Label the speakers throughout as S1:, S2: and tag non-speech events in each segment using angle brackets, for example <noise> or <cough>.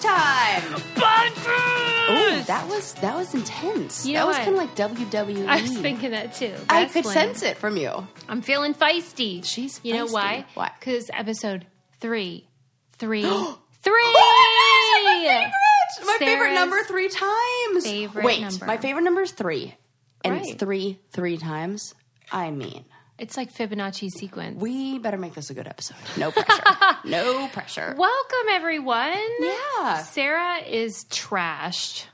S1: time.
S2: Ooh, that was that was intense.
S3: You
S2: that
S3: know
S2: was
S3: what?
S2: kind of like WWE.
S3: I was thinking that too.
S2: I could
S3: Wrestling.
S2: sense it from you.
S3: I'm feeling feisty.
S2: She's
S3: You know
S2: feisty.
S3: why?
S2: Why?
S3: Because episode three,
S2: <gasps>
S3: three, three.
S2: Oh my gosh, that's my favorite! My favorite
S3: Sarah's
S2: number three times.
S3: favorite
S2: Wait,
S3: number.
S2: my favorite number is three, and it's
S3: Right.
S2: three three times. I mean,
S3: It's like Fibonacci sequence.
S2: we better make this a good episode. No pressure.
S3: <laughs>
S2: no pressure.
S3: Welcome, everyone.
S2: Yeah.
S3: Sarah is trashed.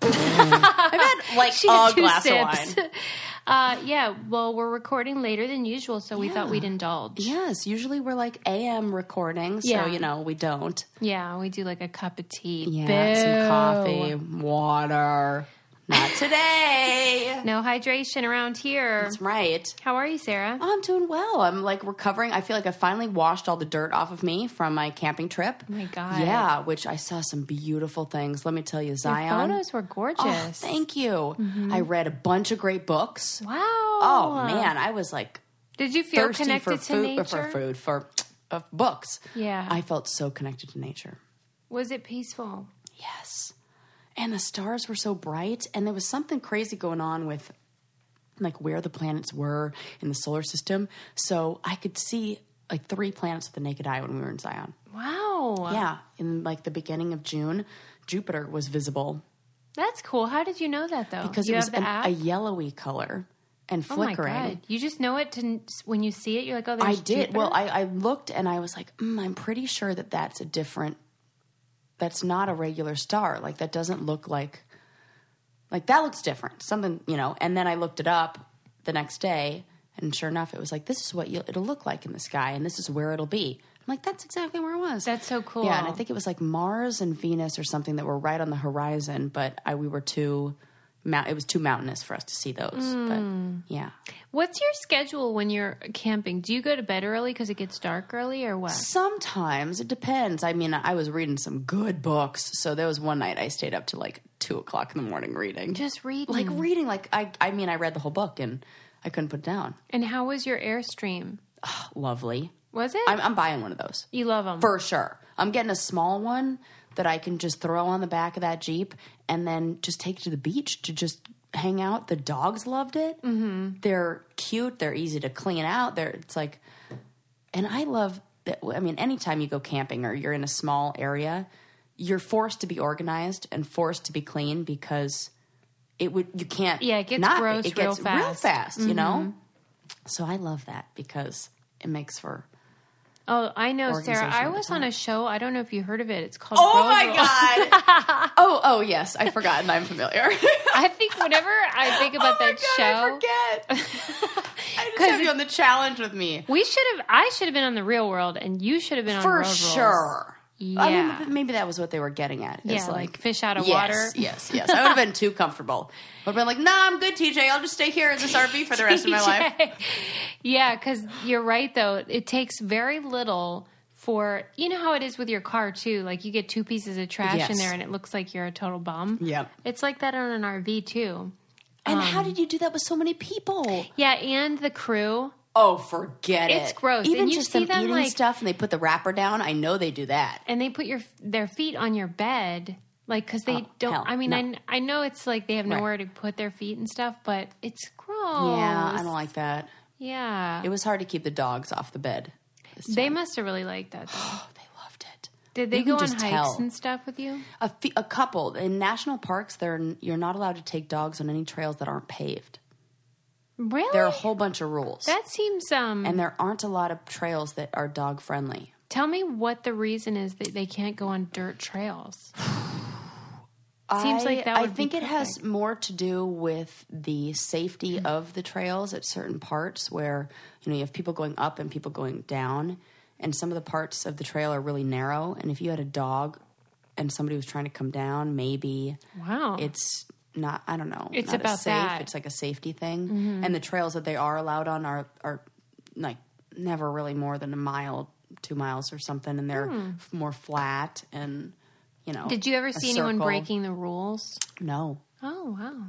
S2: I've had like
S3: She had
S2: a
S3: two
S2: glass
S3: sips.
S2: of wine.
S3: <laughs> Uh, yeah, well, we're recording later than usual, so we thought we'd indulge.
S2: Yes, usually we're like AM recording, so
S3: Yeah.
S2: you know we don't.
S3: Yeah, we do like a cup of tea.
S2: Yeah,
S3: Boo.
S2: some coffee, water. Not today.
S3: No hydration around here.
S2: That's right.
S3: How are you, Sarah?
S2: Oh, I'm doing well. I'm like recovering. I feel like I finally washed all the dirt off of me from my camping trip.
S3: Oh my God.
S2: Yeah, which I saw some beautiful things. Let me tell you, Zion.
S3: Photos Mm-hmm. were gorgeous.
S2: um, Oh, thank you. I read a bunch of great books.
S3: Wow.
S2: Oh man, I was like
S3: Did you feel
S2: thirsty
S3: connected
S2: for
S3: to
S2: food
S3: nature?
S2: uh, for food for of books.
S3: Yeah.
S2: I felt so connected to nature.
S3: Was it peaceful?
S2: Yes. And the stars were so bright, and there was something crazy going on with like where the planets were in the solar system. So I could see like three planets with the naked eye when we were in Zion.
S3: Wow.
S2: Yeah. In like the beginning of June, Jupiter was visible
S3: That's cool. How did you know that though?
S2: because
S3: you
S2: it was
S3: have the
S2: an,
S3: app.
S2: a yellowy color and
S3: oh my
S2: flickering.
S3: god! You just know it to, n- when you see it. You're like, oh,
S2: I
S3: there's
S2: did.
S3: Jupiter.
S2: Well, I, I looked and I was like, mm, I'm pretty sure that that's a different. That's not a regular star. Like that doesn't look like. Like that looks different. Something you know. And then I looked it up the next day, and sure enough, it was like this is what you'll, it'll look like in the sky, and this is where it'll be. I'm like, that's exactly where it was.
S3: That's so cool.
S2: Yeah, and I think it was like Mars and Venus or something that were right on the horizon, but I, we were too. Mount, it was too mountainous for us to see those.
S3: Hmm.
S2: But yeah.
S3: What's your schedule when you're camping? Do you go to bed early because it gets dark early, or what?
S2: Sometimes it depends. I mean, I was reading some good books, so there was one night I stayed up to like two o'clock in the morning reading,
S3: Just read.
S2: like reading. Like I, I mean, I read the whole book and I couldn't put it down.
S3: and how was your airstream?
S2: Lovely.
S3: Was it?
S2: I'm, I'm buying one of those
S3: you love them.
S2: for sure. I'm getting a small one that I can just throw on the back of that jeep and then just take to the beach to just hang out. The dogs loved it. Mm-hmm. They're cute. They're easy to clean out. They're it's like, and I love that. I mean, anytime you go camping or you're in a small area, you're forced to be organized and forced to be clean because it would you can't.
S3: Yeah, it gets
S2: not,
S3: gross
S2: It
S3: real
S2: gets real
S3: fast. Mm-hmm.
S2: fast. You know. So I love that because it makes for.
S3: oh, I know, Sarah.
S2: Organization
S3: I
S2: at the
S3: was on a show. I don't know if you heard of it. It's called.
S2: Oh
S3: Road
S2: my
S3: Rules. <laughs>
S2: god! oh, oh yes, I forgot. and I'm familiar.
S3: I think whenever I think about
S2: <laughs> oh my
S3: that
S2: god, I
S3: show, <laughs>
S2: forget. I just
S3: 'Cause
S2: have
S3: it-
S2: you on the challenge with me
S3: We should have. I should have been on the Real World, and you should have been on
S2: for
S3: Road Rules.
S2: sure. I mean,
S3: Yeah.
S2: but maybe that was what they were getting at. is
S3: Yeah, like fish out of
S2: yes,
S3: water.
S2: Yes, yes.
S3: <laughs>
S2: I would have been too comfortable. I would have been like, "Nah, I'm good, TJ. I'll just stay here in this RV for the rest of my life."
S3: yeah, because you're right. Though it takes very little for you know how it is with your car too. Like you get two pieces of trash in
S2: Yes.
S3: there, and it looks like you're a total bum.
S2: Yep.
S3: it's like that on an RV too.
S2: And
S3: Um,
S2: how did you do that with so many people?
S3: Yeah, and the crew.
S2: Oh, forget it.
S3: It's gross.
S2: Even
S3: And you
S2: just
S3: see
S2: them
S3: them,
S2: eating
S3: like-
S2: stuff and they put the wrapper down. I know they do that.
S3: and they put your their feet on your bed like because they
S2: Oh,
S3: don't
S2: hell,
S3: i mean
S2: no.
S3: I, I know it's like they have
S2: Right.
S3: nowhere to put their feet and stuff but it's gross
S2: Yeah, I don't like that.
S3: yeah
S2: It was hard to keep the dogs off the bed.
S3: they must have really liked
S2: <sighs>
S3: that though.
S2: Oh, they loved it.
S3: did they
S2: You can
S3: go on
S2: just
S3: hikes
S2: tell.
S3: and stuff with you
S2: A, fe- a couple in national parks, they're you're not allowed to take dogs on any trails that aren't paved.
S3: really
S2: There are a whole bunch of rules,
S3: that seems um
S2: and there aren't a lot of trails that are dog friendly.
S3: tell me what the reason is that they can't go on dirt trails Seems like that
S2: I
S3: would be
S2: think it has more to do with the safety
S3: Mm.
S2: of the trails at certain parts where you know you have people going up and people going down, and some of the parts of the trail are really narrow. And if you had a dog and somebody was trying to come down, maybe
S3: wow
S2: it's not I don't know.
S3: It's
S2: not as
S3: about
S2: safe.
S3: that. Mm-hmm.
S2: It's like a safety thing. And the trails that they are allowed on are are like never really more than a mile, two miles or something, and they're f- more flat and you know.
S3: Hmm. did you ever
S2: a
S3: see anyone
S2: circle.
S3: breaking the rules
S2: No.
S3: oh wow hmm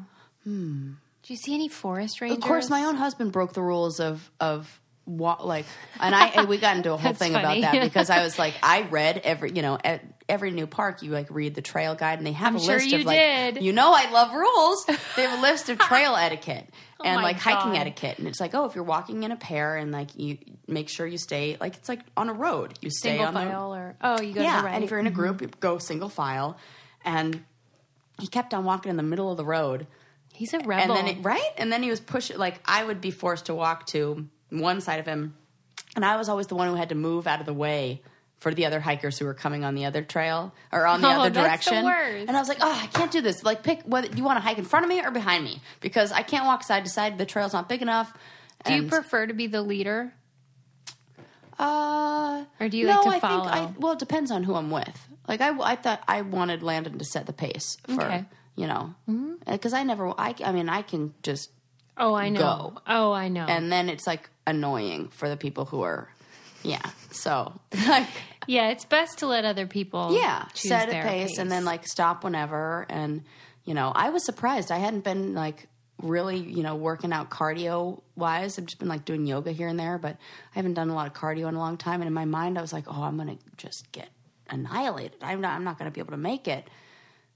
S3: do you see any forest rangers
S2: Of course, my own husband broke the rules of of
S3: <laughs>
S2: what like, and I and we got into a whole
S3: That's
S2: thing
S3: funny. <laughs>
S2: about that because I was like, I read every you know e- every new park, you like read the trail guide, and they have
S3: I'm
S2: a
S3: sure
S2: list
S3: you
S2: of like
S3: did.
S2: you know I love rules. They have a list
S3: <laughs>
S2: of trail etiquette and
S3: Oh my
S2: like hiking
S3: God.
S2: etiquette, and it's like oh if you're walking in a pair and like you make sure you stay like it's like on a road you stay
S3: single
S2: on the
S3: file or oh, you go
S2: yeah,
S3: to the right. Mm-hmm.
S2: and if you're in a group, you go single file. And he kept on walking in the middle of the road,
S3: He's a rebel.
S2: and then it, right, and then he was pushing. Like I would be forced to walk to one side of him, and I was always the one who had to move out of the way for the other hikers who were coming on the other trail or on the
S3: Oh,
S2: other
S3: that's the
S2: direction.
S3: worst.
S2: And I was like, oh, I can't do this. Like, pick whether you want to hike in front of me or behind me because I can't walk side to side. The trail's not big enough.
S3: Do you
S2: And-
S3: prefer to be the leader?
S2: uh,
S3: Or do you
S2: no,
S3: like to
S2: I
S3: follow?
S2: Think I, well, it depends on who I'm with. Like I, I thought I wanted Landon to set the pace for
S3: Okay. Mm-hmm.
S2: you know because I never I, I mean I can just
S3: Oh, I know.
S2: Go.
S3: Oh, I know.
S2: and then it's like annoying for the people who are yeah so <laughs> like
S3: yeah, it's best to let other people.
S2: yeah
S3: choose
S2: set a
S3: their
S2: pace, and then like stop whenever and you know I was surprised I hadn't been like really you know working out cardio wise I've just been like doing yoga here and there but I haven't done a lot of cardio in a long time and in my mind I was like oh I'm gonna just get annihilated I'm not I'm not gonna be able to make it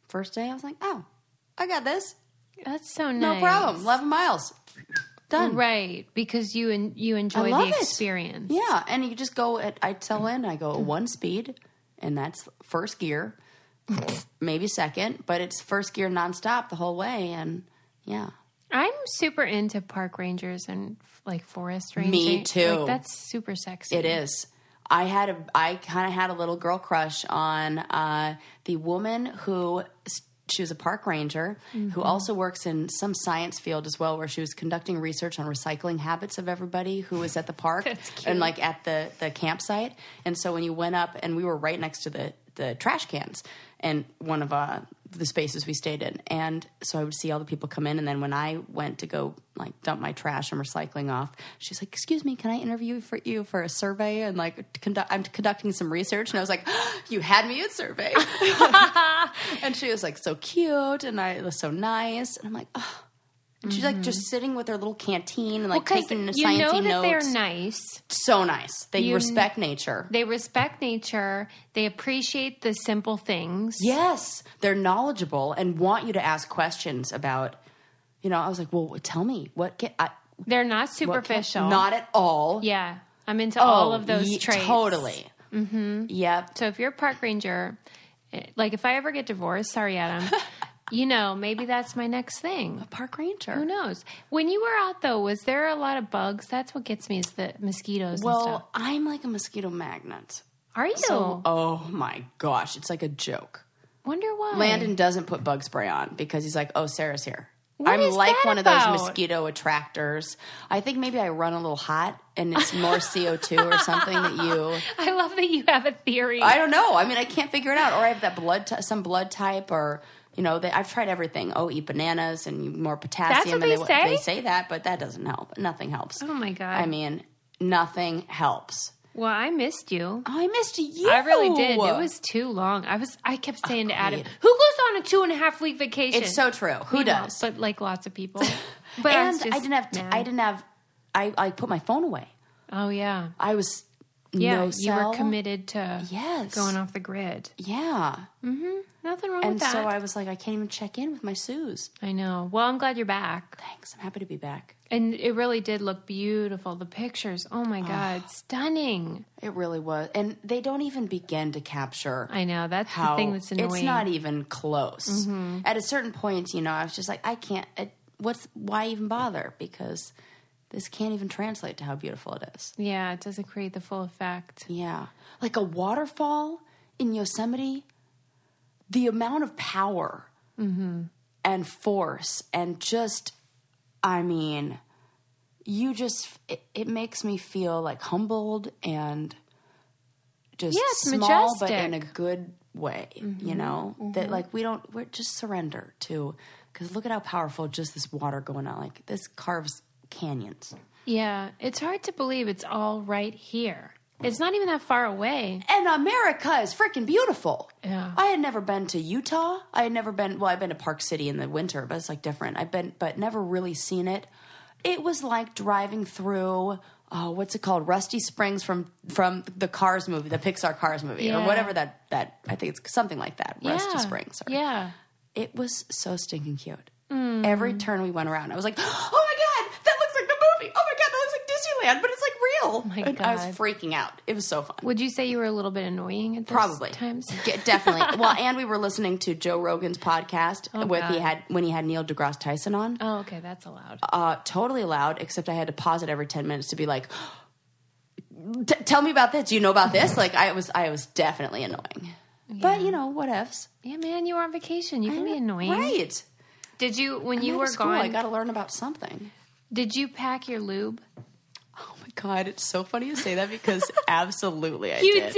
S2: first day I was like oh I got this
S3: that's so
S2: no
S3: nice.
S2: problem 11 miles done
S3: Right, because you en- you enjoy
S2: love
S3: the
S2: it.
S3: experience.
S2: Yeah, and you just go at I tell in I go at one speed, and that's first gear, maybe second, but it's first gear nonstop the whole way, and yeah,
S3: I'm super into park rangers and like forest rangers.
S2: too.
S3: Like, that's super sexy.
S2: it is. I had a I kind of had a little girl crush on uh, the woman who s- she was a park ranger
S3: Mm-hmm.
S2: who also works in some science field as well where she was conducting research on recycling habits of everybody who was at the park
S3: <laughs> That's cute.
S2: and like at the the campsite and so when you went up and we were right next to the the trash cans and one of uh, the spaces we stayed in and so i would see all the people come in and then when i went to go like dump my trash and recycling off she's like excuse me can i interview for you for a survey and like to conduct i'm conducting some research and i was like <gasps> you had me at survey <laughs> and she was like so cute and i was so nice and i'm like oh and she's like just sitting with her little canteen and like
S3: because
S2: taking the
S3: Mm-hmm. you know
S2: sciencey
S3: that
S2: notes
S3: they're nice.
S2: so nice. They
S3: You-
S2: respect nature.
S3: They respect nature. They appreciate the simple things.
S2: Yes, they're knowledgeable and want you to ask questions about. You know, I was like, well, tell me what can I,
S3: They're not
S2: what can-
S3: superficial.
S2: not at all. Oh,
S3: Yeah, I'm into all of those
S2: ye-
S3: traits.
S2: Totally. Mm-hmm. Yep.
S3: So if you're a park ranger, eh, like if I ever get divorced,
S2: <laughs>
S3: sorry, Adam, you know, maybe that's my next thing.
S2: Park ranger.
S3: Who knows? When you were out though, was there a lot of bugs? That's what gets me is the mosquitoes and stuff.
S2: Well, I'm like a mosquito magnet.
S3: Are you?
S2: So, oh my gosh, it's like a joke.
S3: Wonder why.
S2: Landon doesn't put bug spray on because he's like, oh, Sarah's here.
S3: What
S2: I'm
S3: is
S2: like
S3: that
S2: one
S3: about?
S2: of those mosquito attractors. I think maybe I run a little hot and it's more CO2 or something that you.
S3: <laughs> I love that you have a theory.
S2: I don't know. I mean, I can't figure it out. Or I have that blood, t- some blood type, or you know, they, I've tried everything. Oh, eat bananas and more potassium.
S3: That's what
S2: and
S3: they
S2: w-
S3: say?
S2: They say that, but that doesn't help. Nothing helps.
S3: oh my god.
S2: I mean, nothing helps.
S3: well, I missed you.
S2: Oh, I missed you.
S3: I really did. It was too long. I was. I kept saying to Adam, "Who goes on a two and a half week vacation?"
S2: It's so true. Who
S3: We won't,
S2: does?
S3: But like lots
S2: <laughs>
S3: of people. But I
S2: and
S3: was
S2: I,
S3: just
S2: didn't have. T-
S3: mad.
S2: I didn't have. I I put my phone away.
S3: Oh yeah.
S2: I was
S3: Yeah,
S2: no
S3: you
S2: cell.
S3: were committed to
S2: Yes.
S3: going off the grid.
S2: Yeah,
S3: Nothing wrong with
S2: and
S3: that.
S2: so I was like, I can't even check in with my Suze.
S3: I know. Well, I'm glad you're back.
S2: Thanks. I'm happy to be back.
S3: And it really did look beautiful. The pictures. Oh my god, stunning.
S2: It really was, and they don't even begin to capture
S3: I know. That's the
S2: how
S3: thing that's annoying. Mm-hmm.
S2: it's not even close. At a certain point, you know, I was just like, I can't. It, what's why even bother? Because this can't even translate to how beautiful it is.
S3: Yeah, it doesn't create the full effect.
S2: Yeah. Like a waterfall in Yosemite, the amount of power
S3: Mm-hmm.
S2: and force and just, I mean, you just, it, it makes me feel like humbled and just
S3: Yeah, it's
S2: small, but
S3: majestic. Mm-hmm.
S2: in a good way, you know? That like we don't, we're just surrender to, because look at how powerful just this water going on. Like this carves canyons.
S3: Yeah, it's hard to believe it's all right here. It's not even that far away.
S2: and America is freaking beautiful.
S3: Yeah.
S2: I had never been to Utah. I had never been. Well, I've been to Park City in the winter, but it's like different. I've been, but never really seen it. It was like driving through oh, what's it called? Rusty Springs from from the Cars movie, the Pixar Cars movie,
S3: Yeah.
S2: or whatever that that I think it's something like that. Rusty
S3: Yeah.
S2: Springs. Or,
S3: Yeah. Mm.
S2: It was so stinking cute. Every turn we went around, I was like, <gasps> oh my god, that looks like the movie. Oh my god, that looks like Disneyland, but it's like real.
S3: Oh my
S2: And I was
S3: God.
S2: freaking out. It was so fun.
S3: Would you say you were a little bit annoying at those
S2: Probably
S3: times?
S2: Ge- <laughs> definitely. well, and we were listening to Joe Rogan's podcast with he
S3: God.
S2: had when he had Neil deGrasse Tyson on.
S3: <laughs> Oh, okay, that's allowed.
S2: uh, totally loud, except I had to pause it every ten minutes to be like, "T- "Tell me about this. Do you know about <laughs> this?" Like I was, I was definitely annoying. But you know, what ifs?
S3: yeah, man, you were on vacation. You can be annoying.
S2: Uh, right?
S3: Did you when
S2: I'm
S3: you
S2: out of
S3: were
S2: school, I
S3: gone?
S2: got to learn about something.
S3: did you pack your lube?
S2: Oh my god, it's so funny you say that because <laughs> absolutely, I
S3: You
S2: did.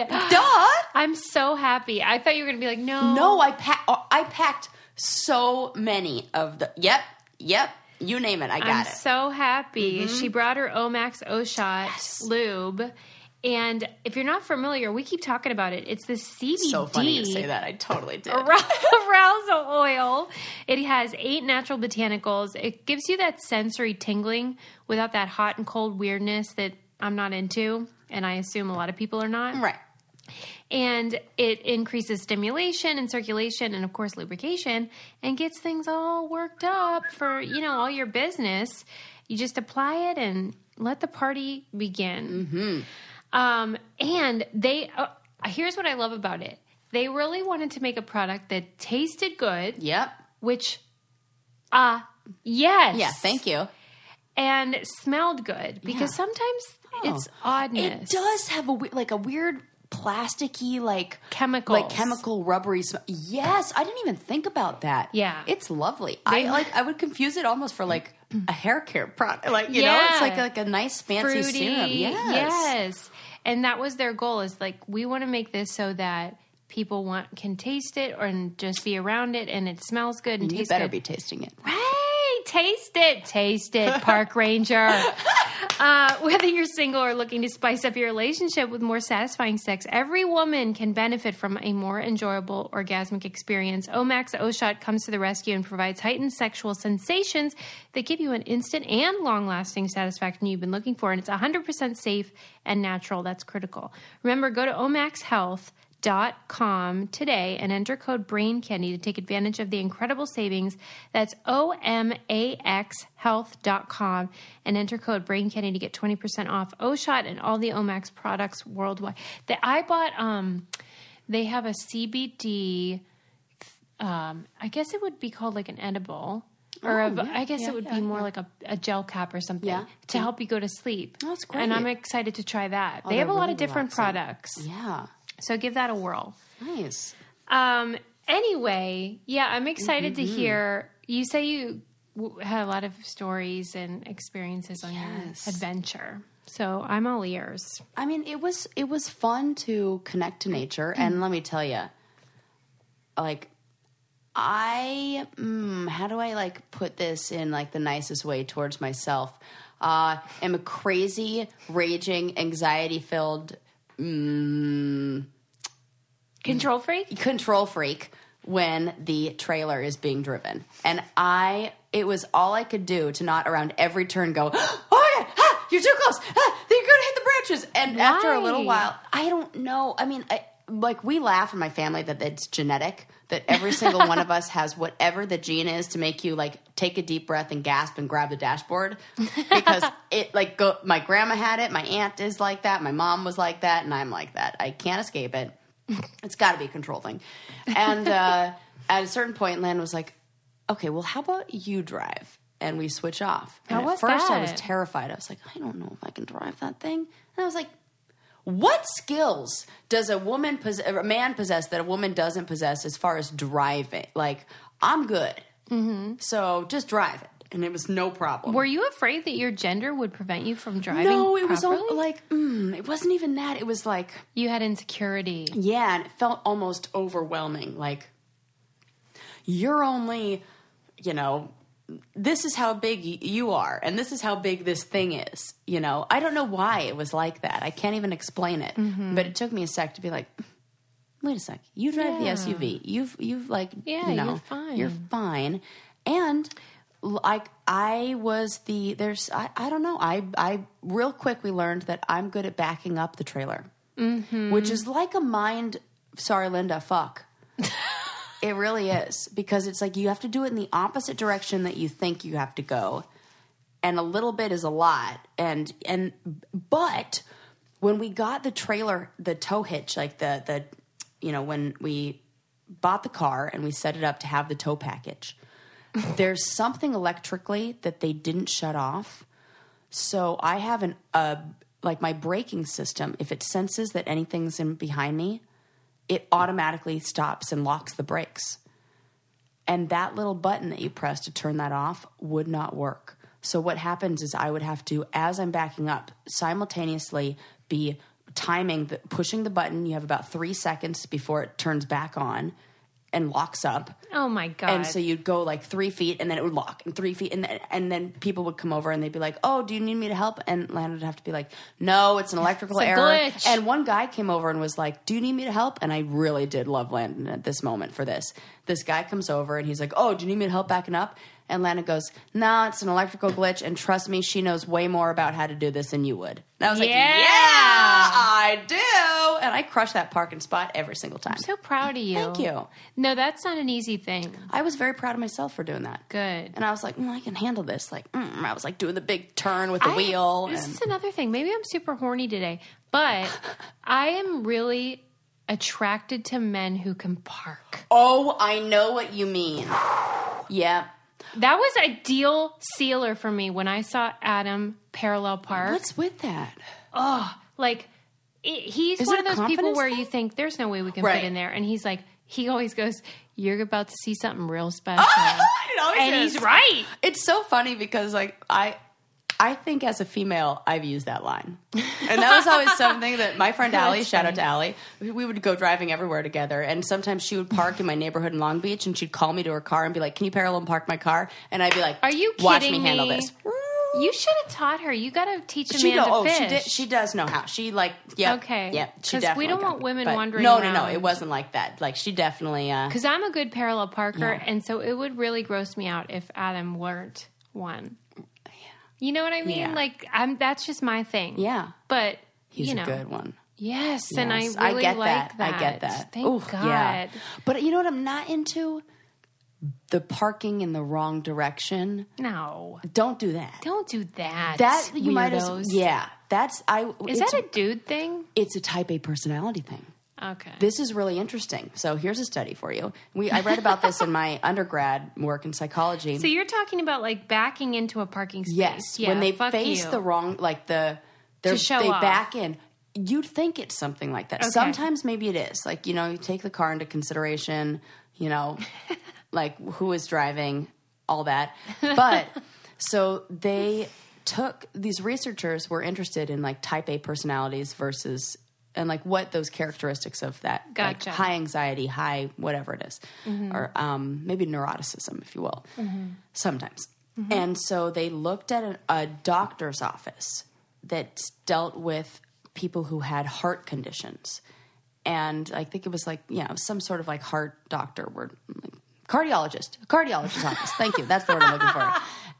S3: did. <gasps>
S2: Duh.
S3: I'm so happy. I thought you were gonna be like,
S2: <gasps>
S3: no,
S2: No, I packed. I packed so many of the. Yep, yep. You name it, I got
S3: I'm
S2: it. Mm-hmm.
S3: so happy. She brought her Omax O Shot lube. And if you're not familiar, we keep talking about it. It's the CBD
S2: So funny you say that. I totally did.
S3: arou- <laughs> arousal oil. It has eight natural botanicals. It gives you that sensory tingling without that hot and cold weirdness that I'm not into, and I assume a lot of people are not
S2: Right.
S3: and it increases stimulation and circulation and of course lubrication and gets things all worked up for you know all your business you just apply it and let the party begin
S2: Mm-hmm.
S3: um, and they uh, here's what i love about it they really wanted to make a product that tasted good
S2: Yep.
S3: which uh yes
S2: Yeah. Thank you.
S3: and smelled good because
S2: Yeah. Oh,
S3: sometimes it's
S2: It
S3: oddness
S2: does have a we- like a weird plasticky like
S3: Chemicals.
S2: like chemical rubbery smell. Yes, I didn't even think about that.
S3: Yeah.
S2: it's lovely. I like. I would confuse it almost for like a hair care product. Like you know, it's
S3: Yeah.
S2: like like a nice fancy
S3: fruity.
S2: serum. Yes.
S3: Yes. And that was their goal is like we want to make this so that people want can taste it or and just be around it and it smells good and
S2: You
S3: tastes
S2: better
S3: good.
S2: be tasting it.
S3: Hey, taste it, taste it, park ranger. Uh, whether you're single or looking to spice up your relationship with more satisfying sex, every woman can benefit from a more enjoyable orgasmic experience. Omax Oshot comes to the rescue and provides heightened sexual sensations that give you an instant and long lasting satisfaction you've been looking for. And it's 100% safe and natural. That's critical. Remember, go to Omax Health dot com today and enter code brain candy to take advantage of the incredible savings that's o-m-a-x health.com and enter code brain candy to get 20% off oshot and all the omax products worldwide that i bought um they have a cbd um i guess it would be called like an edible or
S2: Oh,
S3: a-
S2: yeah,
S3: I guess
S2: yeah,
S3: it would
S2: yeah,
S3: be more like a, a gel cap or something
S2: Yeah.
S3: to help you go to sleep.
S2: That's
S3: And I'm
S2: great. Oh,
S3: excited to try that. they have a
S2: they're
S3: lot
S2: really
S3: of different
S2: relaxing.
S3: products.
S2: Yeah,
S3: So give that a whirl.
S2: nice.
S3: Um. Anyway, yeah, I'm excited
S2: Mm-hmm.
S3: to hear. You say you w- had a lot of stories and experiences on
S2: Yes.
S3: your adventure, so I'm all ears.
S2: I mean, it was it was fun to connect to nature, and let me tell you, like, I mm, how do I like put this in like the nicest way towards myself? Uh, am a crazy, raging, anxiety-filled
S3: Control freak.
S2: control freak when the trailer is being driven, and I it was all I could do to not around every turn go, <gasps> oh my god, ah, you're too close, ah, you're gonna hit the branches, and after a little
S3: Why?
S2: while. I don't know. I mean, I, like we laugh in my family that it's genetic. That every single one of us has whatever the gene is to make you like take a deep breath and gasp and grab the dashboard because it like go, my grandma had it, my aunt is like that, my mom was like that, and I'm like that. I can't escape it. It's got to be a control thing. And uh, <laughs> at a certain point, Lan was like, "Okay, well, how about you drive?" And we switch off. And
S3: How
S2: at
S3: was
S2: first, I was
S3: that?
S2: terrified. I was like, "I don't know if I can drive that thing." And I was like, what skills does a woman pos- a man possess that a woman doesn't possess as far as driving? Like I'm good, mm-hmm. so just drive it, and it was no problem.
S3: Were you afraid that your gender would prevent you from driving?
S2: no, it was
S3: properly?
S2: all, like mm, it wasn't even that. It was like
S3: you had insecurity.
S2: yeah, and it felt almost overwhelming. Like you're only, you know, this is how big y- you are, and this is how big this thing is. You know, I don't know why it was like that. I can't even explain it.
S3: Mm-hmm.
S2: But it took me a sec to be like, wait a sec, you drive
S3: Yeah.
S2: the SUV. You've you've like
S3: Yeah,
S2: you know,
S3: you're fine.
S2: You're fine, and like I was the there's I, I don't know I I real quick we learned that I'm good at backing up the trailer,
S3: Mm-hmm.
S2: which is like a mind sorry Linda fuck. it really is because it's like you have to do it in the opposite direction that you think you have to go, and a little bit is a lot and and but when we got the trailer the tow hitch like the the you know when we bought the car and we set it up to have the tow package there's something electrically that they didn't shut off so i have an uh like my braking system if it senses that anything's in behind me it automatically stops and locks the brakes and that little button that you press to turn that off would not work. So what happens is I would have to, as I'm backing up, simultaneously be timing the pushing the button. You have about three seconds before it turns back on and locks up.
S3: Oh my god!
S2: And so you'd go like three feet, and then it would lock, and three feet, and then, and then people would come over and they'd be like, "Oh, do you need me to help?" And Lana would have to be like, "No, it's an electrical
S3: <laughs> It's a
S2: error."
S3: glitch.
S2: And one guy came over and was like, "Do you need me to help?" And I really did love Landon at this moment for this. This guy comes over and he's like, "Oh, do you need me to help backing up?" And Lana goes, "Nah, it's an electrical glitch, and trust me, she knows way more about how to do this than you would." And I was like,
S3: Yeah.
S2: "Yeah, I do," and I crush that parking spot every single time.
S3: so proud of you.
S2: Thank you.
S3: No, that's not an easy thing.
S2: I was very proud of myself for doing that.
S3: Good.
S2: And I was like, mm, I can handle this. Like, mm, I was like doing the big turn with the
S3: I-
S2: wheel.
S3: This
S2: and-
S3: is another thing. Maybe I'm super horny today,
S2: <laughs>
S3: but I am really attracted to men who can park.
S2: oh, I know what you mean. yeah.
S3: That was a deal sealer for me when I saw Adam parallel park.
S2: What's with that?
S3: like it, he's
S2: Is
S3: one
S2: it
S3: of
S2: a
S3: those people
S2: confidence
S3: where
S2: thing?
S3: you think there's no way we can
S2: Right.
S3: fit in there, and he's like, he always goes, "You're about to see something real
S2: <laughs>
S3: special,"
S2: <laughs> It always
S3: and
S2: is.
S3: he's right.
S2: It's so funny because like I I think as a female I've used that line. And that was always something that my <laughs> friend Allie,
S3: That's
S2: shout out to Allie, we- we would go driving everywhere together and sometimes she would park in my neighborhood in Long Beach and she'd call me to her car and be like, Can you parallel park my car? And I'd be like,
S3: Are you
S2: Watch
S3: kidding
S2: me handle
S3: me?
S2: this.
S3: You should have taught her. You got to teach a
S2: She
S3: man
S2: know,
S3: to
S2: oh,
S3: fish.
S2: she did. She does know how. She like, yeah,
S3: Okay.
S2: yeah. She
S3: 'Cause we
S2: definitely
S3: don't
S2: got
S3: want
S2: it.
S3: women
S2: But
S3: wandering
S2: No, no, no.
S3: around.
S2: It wasn't like that. Like she definitely. uh
S3: Because I'm a good parallel parker,
S2: Yeah.
S3: and so it would really gross me out if Adam weren't one. You know what I mean?
S2: Yeah.
S3: Like, I'm that's just my thing.
S2: Yeah,
S3: But
S2: he's
S3: you know,
S2: a good one.
S3: yes, and I
S2: Yes,
S3: really
S2: get
S3: like that.
S2: I get that.
S3: Thank
S2: Ooh,
S3: God.
S2: yeah. But you know what? I'm not into the parking in the wrong direction.
S3: No,
S2: Don't do that.
S3: don't do that.
S2: that you might
S3: weirdos.
S2: as yeah. That's I.
S3: Is
S2: it's,
S3: that a dude thing?
S2: It's a type A personality thing.
S3: Okay.
S2: This is really interesting. So here's a study for you. We I read about this in my <laughs> undergrad work in psychology.
S3: so you're talking about like backing into a parking space?
S2: Yes,
S3: Yeah,
S2: when they
S3: fuck
S2: face
S3: you.
S2: the wrong, like the they're,
S3: To show
S2: they
S3: off.
S2: back in. You'd think it's something like that. Sometimes maybe it is. Like you know, you take the car into consideration. You
S3: <laughs>
S2: know, like who is driving, all that.
S3: <laughs>
S2: But so they took these researchers were interested in like type A personalities versus and like what those characteristics of that like,
S3: Gotcha.
S2: high anxiety, high whatever it is,
S3: Mm-hmm.
S2: or um, maybe neuroticism, if you will, sometimes.
S3: Mm-hmm.
S2: And so they looked at a, a doctor's office that dealt with people who had heart conditions. And I think it was like, you know, some sort of like heart doctor word, like cardiologist, cardiologist's office. Thank you. That's the word I'm looking for.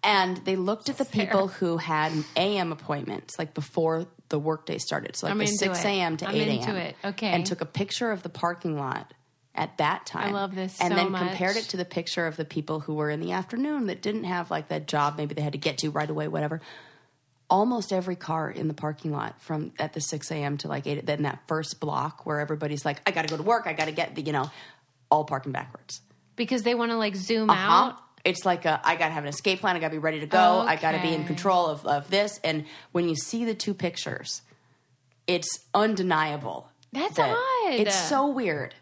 S2: And they looked at the people who had AM appointments, like before the workday started. So like the
S3: into
S2: 6
S3: it.
S2: a.m. to
S3: I'm
S2: 8 a.m.
S3: into it. Okay.
S2: And took a picture of the parking lot at that time. I
S3: love this
S2: And
S3: so
S2: then
S3: much.
S2: compared it to the picture of the people who were in the afternoon that didn't have like that job, maybe they had to get to right away, whatever. Almost every car in the parking lot from at the 6 a.m. to like 8, then that first block where everybody's like, I got to go to work, I got to get the, you know, all parking backwards.
S3: because they want to like zoom
S2: Huh?
S3: out.
S2: Uh-huh. It's like a, I gotta have an escape plan. I gotta be ready to go. I gotta be in
S3: Okay.
S2: control of, of this. And when you see the two pictures, it's undeniable.
S3: That's
S2: that-
S3: odd.
S2: It's so weird.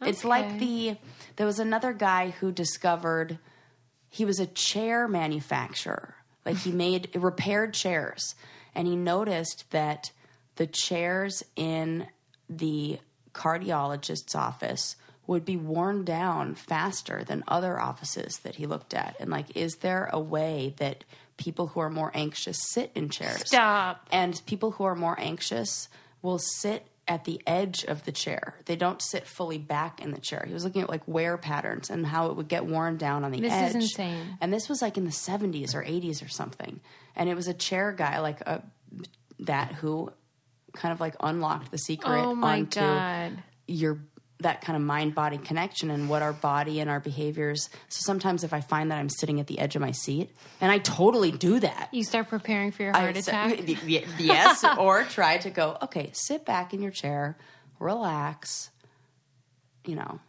S2: It's like the there was another guy who discovered he was a chair manufacturer. Like he made <laughs> repaired chairs, and he noticed that the chairs in the cardiologist's office would be worn down faster than other offices that he looked at. And like, is there a way that people who are more anxious sit in chairs?
S3: Stop.
S2: And people who are more anxious will sit at the edge of the chair. They don't sit fully back in the chair. He was looking at like wear patterns and how it would get worn down on the
S3: This
S2: edge.
S3: is insane.
S2: And this was like in the 70s or 80s or something. And it was a chair guy like a, that who kind of like unlocked the secret
S3: Oh my
S2: onto
S3: god.
S2: your that kind of mind body connection and what our body and our behaviors. So sometimes if I find that I'm sitting at the edge of my seat, and I totally do that.
S3: You start preparing for your heart
S2: I- so-
S3: attack.
S2: <laughs> y- y-
S3: <laughs>
S2: yes, or try to go, okay, sit back in your chair, relax. You know,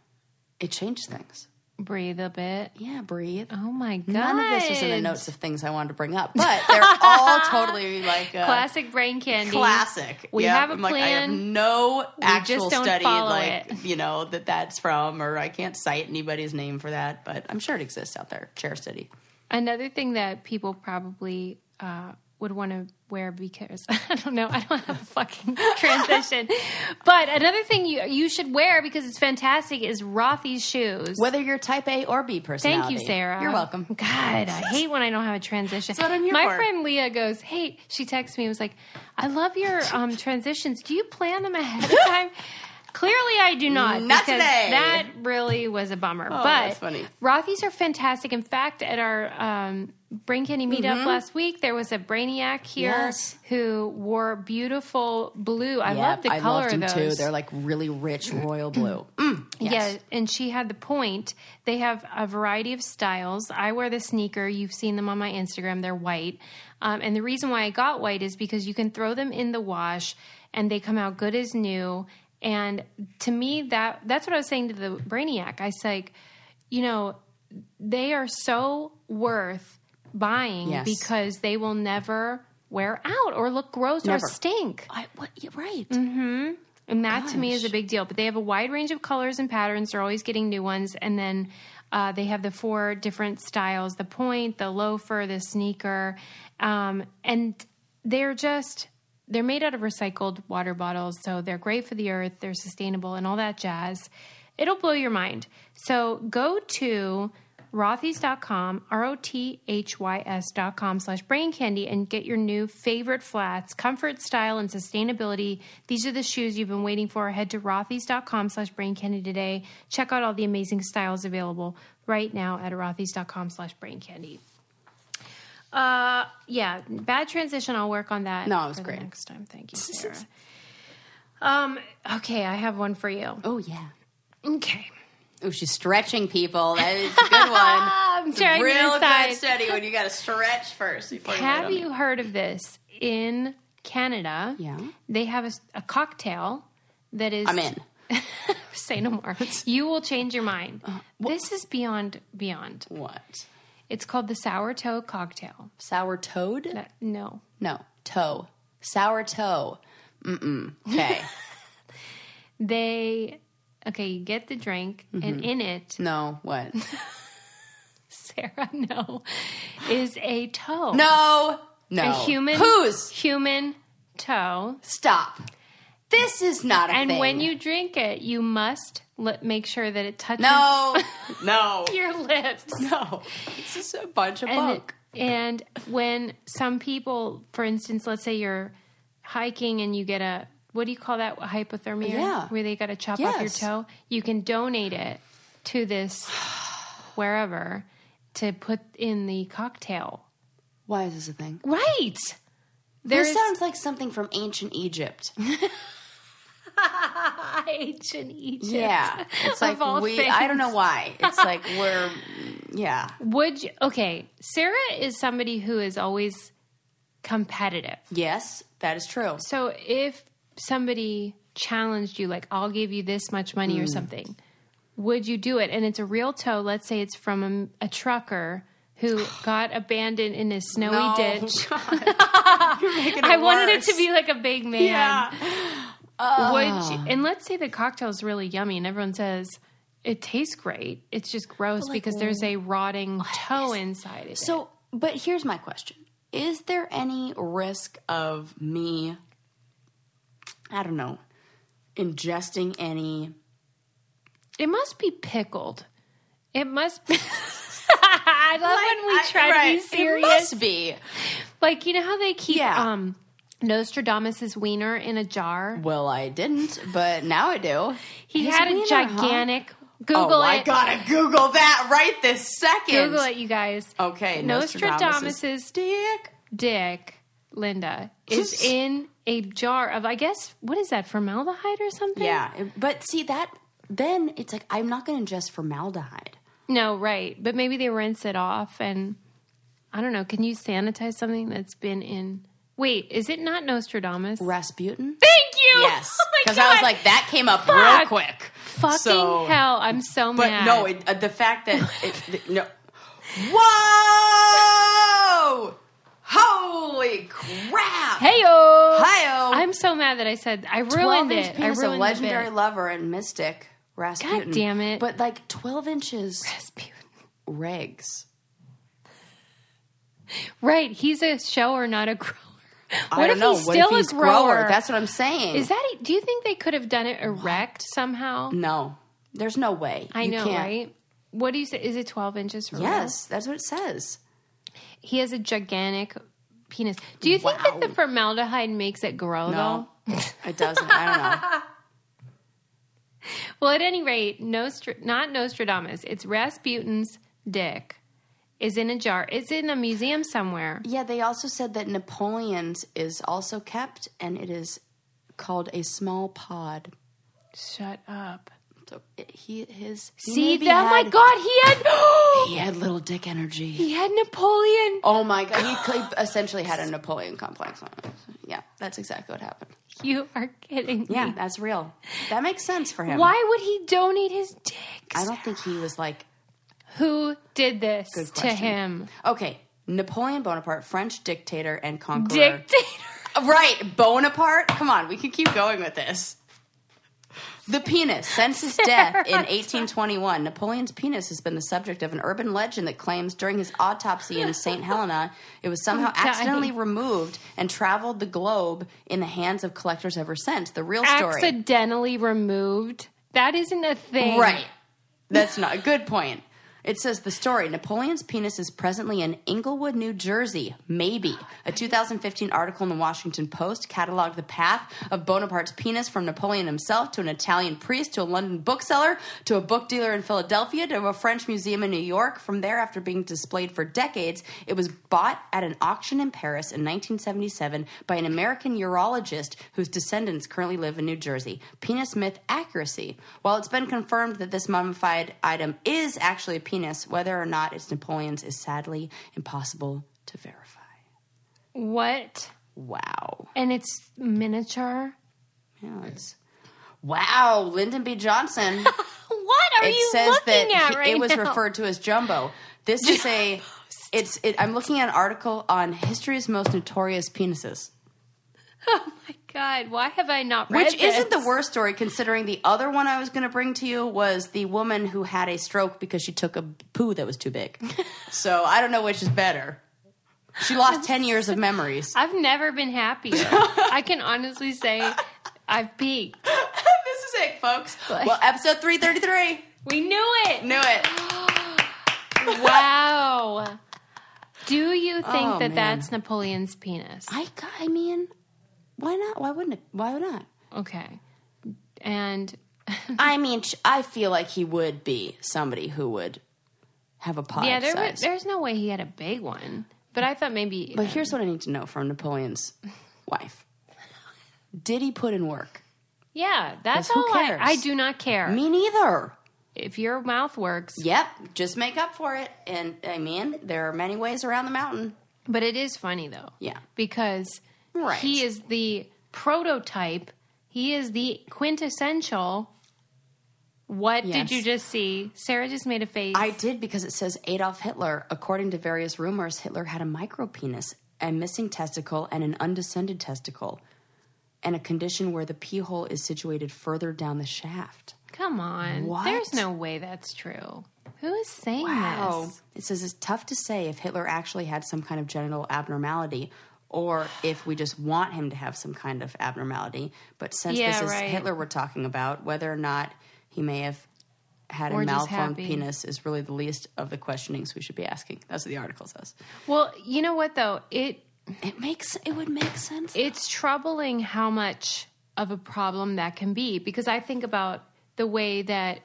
S2: it changed things.
S3: Breathe a bit.
S2: Yeah, breathe.
S3: Oh my god.
S2: None of this was in the notes of things I wanted to bring up, but they're
S3: <laughs>
S2: all totally like uh,
S3: Classic brain candy.
S2: classic.
S3: We
S2: Yep.
S3: have a
S2: I'm like, I have
S3: plan.
S2: no actual
S3: just don't
S2: study,
S3: follow
S2: like
S3: it.
S2: you know that that's from, or I can't cite anybody's name for that. But I'm sure it exists out there. Chair City.
S3: Another thing that people probably uh, would want to wear because <laughs> I don't know, I don't have a fucking transition. But another thing you you should wear because it's fantastic is Rothy's shoes.
S2: Whether you're Type A or B personality.
S3: Thank you, Sarah.
S2: You're welcome.
S3: God, I hate when I don't have
S2: <laughs>
S3: a transition.
S2: That's what I'm here
S3: My
S2: for.
S3: friend Leah goes, "Hey," she texts me and was like, "I love your um, transitions. Do you plan them ahead of
S2: <laughs>
S3: time?" Clearly, I do not.
S2: Not
S3: because
S2: today. Oh,
S3: That really was a bummer. but
S2: that's funny.
S3: Rothy's are fantastic. In fact, at our um, Brain Candy meetup last week, there was a brainiac here
S2: Mm-hmm. Yes.
S3: who wore beautiful blue. I
S2: Yeah,
S3: love the
S2: I
S3: color
S2: loved them
S3: of
S2: too.
S3: those.
S2: They're like really rich royal blue. Mm, yes.
S3: Yeah, and she had the point. They have a variety of styles. I wear the sneaker. You've seen them on my Instagram. They're white. Um, and the reason why I got white is because you can throw them in the wash and they come out good as new. And to me, that that's what I was saying to the Brainiac. I was like, you know, they are so worth buying
S2: Yes.
S3: because they will never wear out or look gross
S2: Never.
S3: or stink.
S2: I, what, you're right.
S3: Mm. And that to me is a
S2: Gosh.
S3: big deal. But they have a wide range of colors and patterns. They're always getting new ones. And then uh, they have the four different styles the point, the loafer, the sneaker. Um, and they're just, they're made out of recycled water bottles. So they're great for the earth, they're sustainable, and all that jazz. It'll blow your mind. So go to rothys.com, R O T H Y S.com slash brain candy and get your new favorite flats, comfort, style, and sustainability. These are the shoes you've been waiting for. Head to rothys.com slash brain candy today. Check out all the amazing styles available right now at rothys.com slash brain candy. Uh, yeah, bad transition. I'll work on that.
S2: No, it was
S3: for the
S2: great.
S3: next time.
S2: <laughs>
S3: Thank you, Sarah. um, okay, I have one for you.
S2: Oh, yeah.
S3: Okay.
S2: Oh, she's stretching people. That is a good one.
S3: <laughs> I'm
S2: It's a
S3: trying
S2: real
S3: to
S2: good
S3: decide.
S2: study when you got to stretch first. Before you? let
S3: Have
S2: 'em-
S3: you heard of this in Canada?
S2: Yeah.
S3: They have a, s- a cocktail that is.
S2: I'm in.
S3: Say no more.
S2: <laughs>
S3: You will change your mind.
S2: Uh,
S3: this is beyond beyond.
S2: What?
S3: It's called the sour toe cocktail.
S2: Sour toad?
S3: That- no,
S2: No, toe. Sour toe. Mm-mm.
S3: <laughs>
S2: Okay.
S3: they. Okay, you get the drink,
S2: Mm-hmm.
S3: and in it, <laughs>
S2: no, what?
S3: Sarah, no, is a toe.
S2: No, no.
S3: a human
S2: Whose?
S3: human toe.
S2: Stop. This is not a
S3: And
S2: thing.
S3: when you drink it, you must li- make sure that it touches
S2: No, no,
S3: <laughs> your lips.
S2: no. This is a bunch of
S3: and,
S2: bunk.
S3: and when some people, for instance, let's say you're hiking and you get a what do you call that hypothermia?
S2: Yeah.
S3: where they got to chop off your
S2: Yes.
S3: toe. You can donate it to this
S2: <sighs>
S3: wherever to put in the cocktail.
S2: Why is this a thing?
S3: Right. There's
S2: this sounds like something from ancient
S3: <laughs>
S2: Egypt.
S3: ancient Egypt.
S2: Yeah, it's
S3: Of
S2: like
S3: all
S2: we. I don't know
S3: things.
S2: why. It's
S3: <laughs>
S2: like we're. Yeah,
S3: Would you? Okay, Sarah is somebody who is always competitive.
S2: yes, that is true.
S3: So if somebody challenged you, like, I'll give you this much money
S2: Mm.
S3: or something, would you do it? And it's a real toe. Let's say it's from a, a trucker
S2: <sighs>
S3: who got abandoned in a snowy
S2: No. <laughs>
S3: ditch. <laughs>
S2: You're making
S3: I wanted it to
S2: worse.
S3: be like a big man.
S2: Yeah.
S3: Would you, and let's say the cocktail is really yummy, and everyone says it tastes great. It's just gross because there's a rotting toe inside it.
S2: So, but here's my question Is there any risk of me, I don't know, ingesting any?
S3: It must be pickled. It must
S2: <laughs>
S3: be. I love when we
S2: I-
S3: try
S2: right,
S3: to be serious.
S2: It must be.
S3: Like you know how they keep
S2: Yeah.
S3: um Nostradamus's wiener in a jar.
S2: Well, I didn't, but now I do.
S3: He
S2: His
S3: had a
S2: wiener, huh?
S3: gigantic. Google
S2: oh, I
S3: it.
S2: gotta Google that right this second.
S3: Google it, you guys.
S2: Okay,
S3: Nostradamus's
S2: Nostradamus's dick.
S3: dick, Linda, is in a jar of, I guess, what is that, formaldehyde or something?
S2: Yeah, it- but see that then it's like I'm not gonna ingest formaldehyde.
S3: No, right. But maybe they rinse it off and I don't know. Can you sanitize something that's been in. Wait, is it not Nostradamus? <laughs>
S2: Rasputin.
S3: Thank you!
S2: Yes,
S3: Oh my
S2: because I was
S3: God.
S2: like that came up real
S3: Fuck.
S2: quick.
S3: fucking
S2: So-
S3: hell. I'm so
S2: But
S3: mad.
S2: no, it, uh, the fact
S3: <laughs>
S2: that it, th- no. Whoa! Holy crap!
S3: Hey, yo!
S2: Hi-yo.
S3: I'm so mad that I said I ruined
S2: 12 inch
S3: it. I
S2: penis
S3: ruined
S2: of
S3: the
S2: legendary
S3: bit.
S2: lover and mystic Rasputin.
S3: damn it.
S2: But like 12 inches
S3: Rasputin.
S2: regs.
S3: Right, he's a shower, not a grower. What
S2: I don't
S3: if
S2: know.
S3: he's
S2: what
S3: still
S2: if he's
S3: a grower?
S2: That's what I'm saying.
S3: Is that? e, Do you think they could have done it erect somehow?
S2: no? There's no way.
S3: I
S2: You
S3: know,
S2: can't.
S3: right? What do you say? Is it twelve inches? For real?
S2: Yes, that's what it says.
S3: he has a gigantic penis. Do you think
S2: Wow.
S3: that the formaldehyde makes it grow
S2: No,
S3: though?
S2: it doesn't. I
S3: <laughs>
S2: don't know.
S3: Well, at any rate, Nostr- not Nostradamus. It's Rasputin's dick is in a jar. It's in a museum somewhere.
S2: Yeah, they also said that Napoleon's is also kept, and it is called a small pod.
S3: Shut up.
S2: So it- he his he
S3: See,
S2: maybe
S3: that, oh my
S2: had-
S3: God, he
S2: <gasps>
S3: had <gasps>
S2: he had little dick energy.
S3: he had Napoleon.
S2: Oh my god, he cl- essentially had a Napoleon complex. Yeah, that's exactly what happened.
S3: You are kidding me.
S2: Yeah, that's real. That makes sense for him.
S3: Why would he donate his dick?
S2: I don't think he was like
S3: Who did this
S2: Good
S3: to
S2: question.
S3: him?
S2: okay. Napoleon Bonaparte, French dictator and conqueror.
S3: Dictator.
S2: Right, Bonaparte. Come on, we can keep going with this. The penis. Since his death in 1821, Napoleon's penis has been the subject of an urban legend that claims during his autopsy in St. Helena, it was somehow
S3: dying.
S2: accidentally removed and traveled the globe in the hands of collectors ever since. The real story.
S3: Accidentally removed. That isn't a thing.
S2: Right. That's not a good point. It says the story Napoleon's penis is presently in Inglewood, New Jersey. Maybe. A 2015 article in the Washington Post cataloged the path of Bonaparte's penis from Napoleon himself to an Italian priest to a London bookseller to a book dealer in Philadelphia to a French museum in New York. From there, after being displayed for decades, it was bought at an auction in Paris in 1977 by an American urologist whose descendants currently live in New Jersey. Penis myth accuracy. While it's been confirmed that this mummified item is actually a penis, whether or not it's Napoleon's is sadly impossible to verify.
S3: What?
S2: Wow.
S3: And it's miniature.
S2: Yeah, it's. Wow, Lyndon B. Johnson.
S3: What are
S2: it
S3: you
S2: says that
S3: looking at
S2: he-
S3: right
S2: it was
S3: now?
S2: referred to as jumbo this is <laughs> a it's it, i'm looking at an article on history's most notorious penises
S3: Oh my god! Why have I not read
S2: which isn't the
S3: this?
S2: worst story considering the other one i was going to bring to you was the woman who had a stroke because she took a poo that was too big <laughs> so i don't know which is better she lost 10 years of memories
S3: I've never been happier. I can honestly say I've peaked.
S2: <laughs> this is it folks well episode 333
S3: We knew it.
S2: knew it
S3: <laughs> Wow. Do you think
S2: Oh,
S3: that
S2: man.
S3: that's Napoleon's penis?
S2: i got- i mean why not why wouldn't it why not
S3: Okay. And
S2: I mean, ch- I feel like he would be somebody who would have a pod
S3: yeah, there was,
S2: size.
S3: there's no way he had a big one. But I thought maybe
S2: but here's what I need to know from
S3: <laughs>
S2: Napoleon's wife: Did he put in work?
S3: yeah, that's
S2: 'Cause who
S3: all I,
S2: cares?
S3: I do not care.
S2: Me neither.
S3: if your mouth works,
S2: Yep, just make up for it. And I mean, there are many ways around the mountain.
S3: but it is funny though.
S2: Yeah.
S3: Because
S2: Right.
S3: he is the prototype. He is the quintessential What
S2: Yes.
S3: did you just see? Sarah just made a face.
S2: I did because it says Adolf Hitler. According to various rumors, Hitler had a micropenis, a missing testicle, and an undescended testicle, and a condition where the pee hole is situated further down the shaft.
S3: Come on.
S2: What?
S3: There's no way that's true. Who is saying
S2: Wow. Oh.
S3: this?
S2: It says it's tough to say if Hitler actually had some kind of genital abnormality or if we just want him to have some kind of abnormality. But since
S3: Yeah,
S2: this is
S3: right.
S2: Hitler we're talking about, whether or not he may have had
S3: Or
S2: a
S3: just
S2: malformed
S3: happy.
S2: penis is really the least of the questionings we should be asking. That's what the article says.
S3: Well, you know what though? It
S2: It makes it would make sense.
S3: it's troubling how much of a problem that can be because I think about the way that,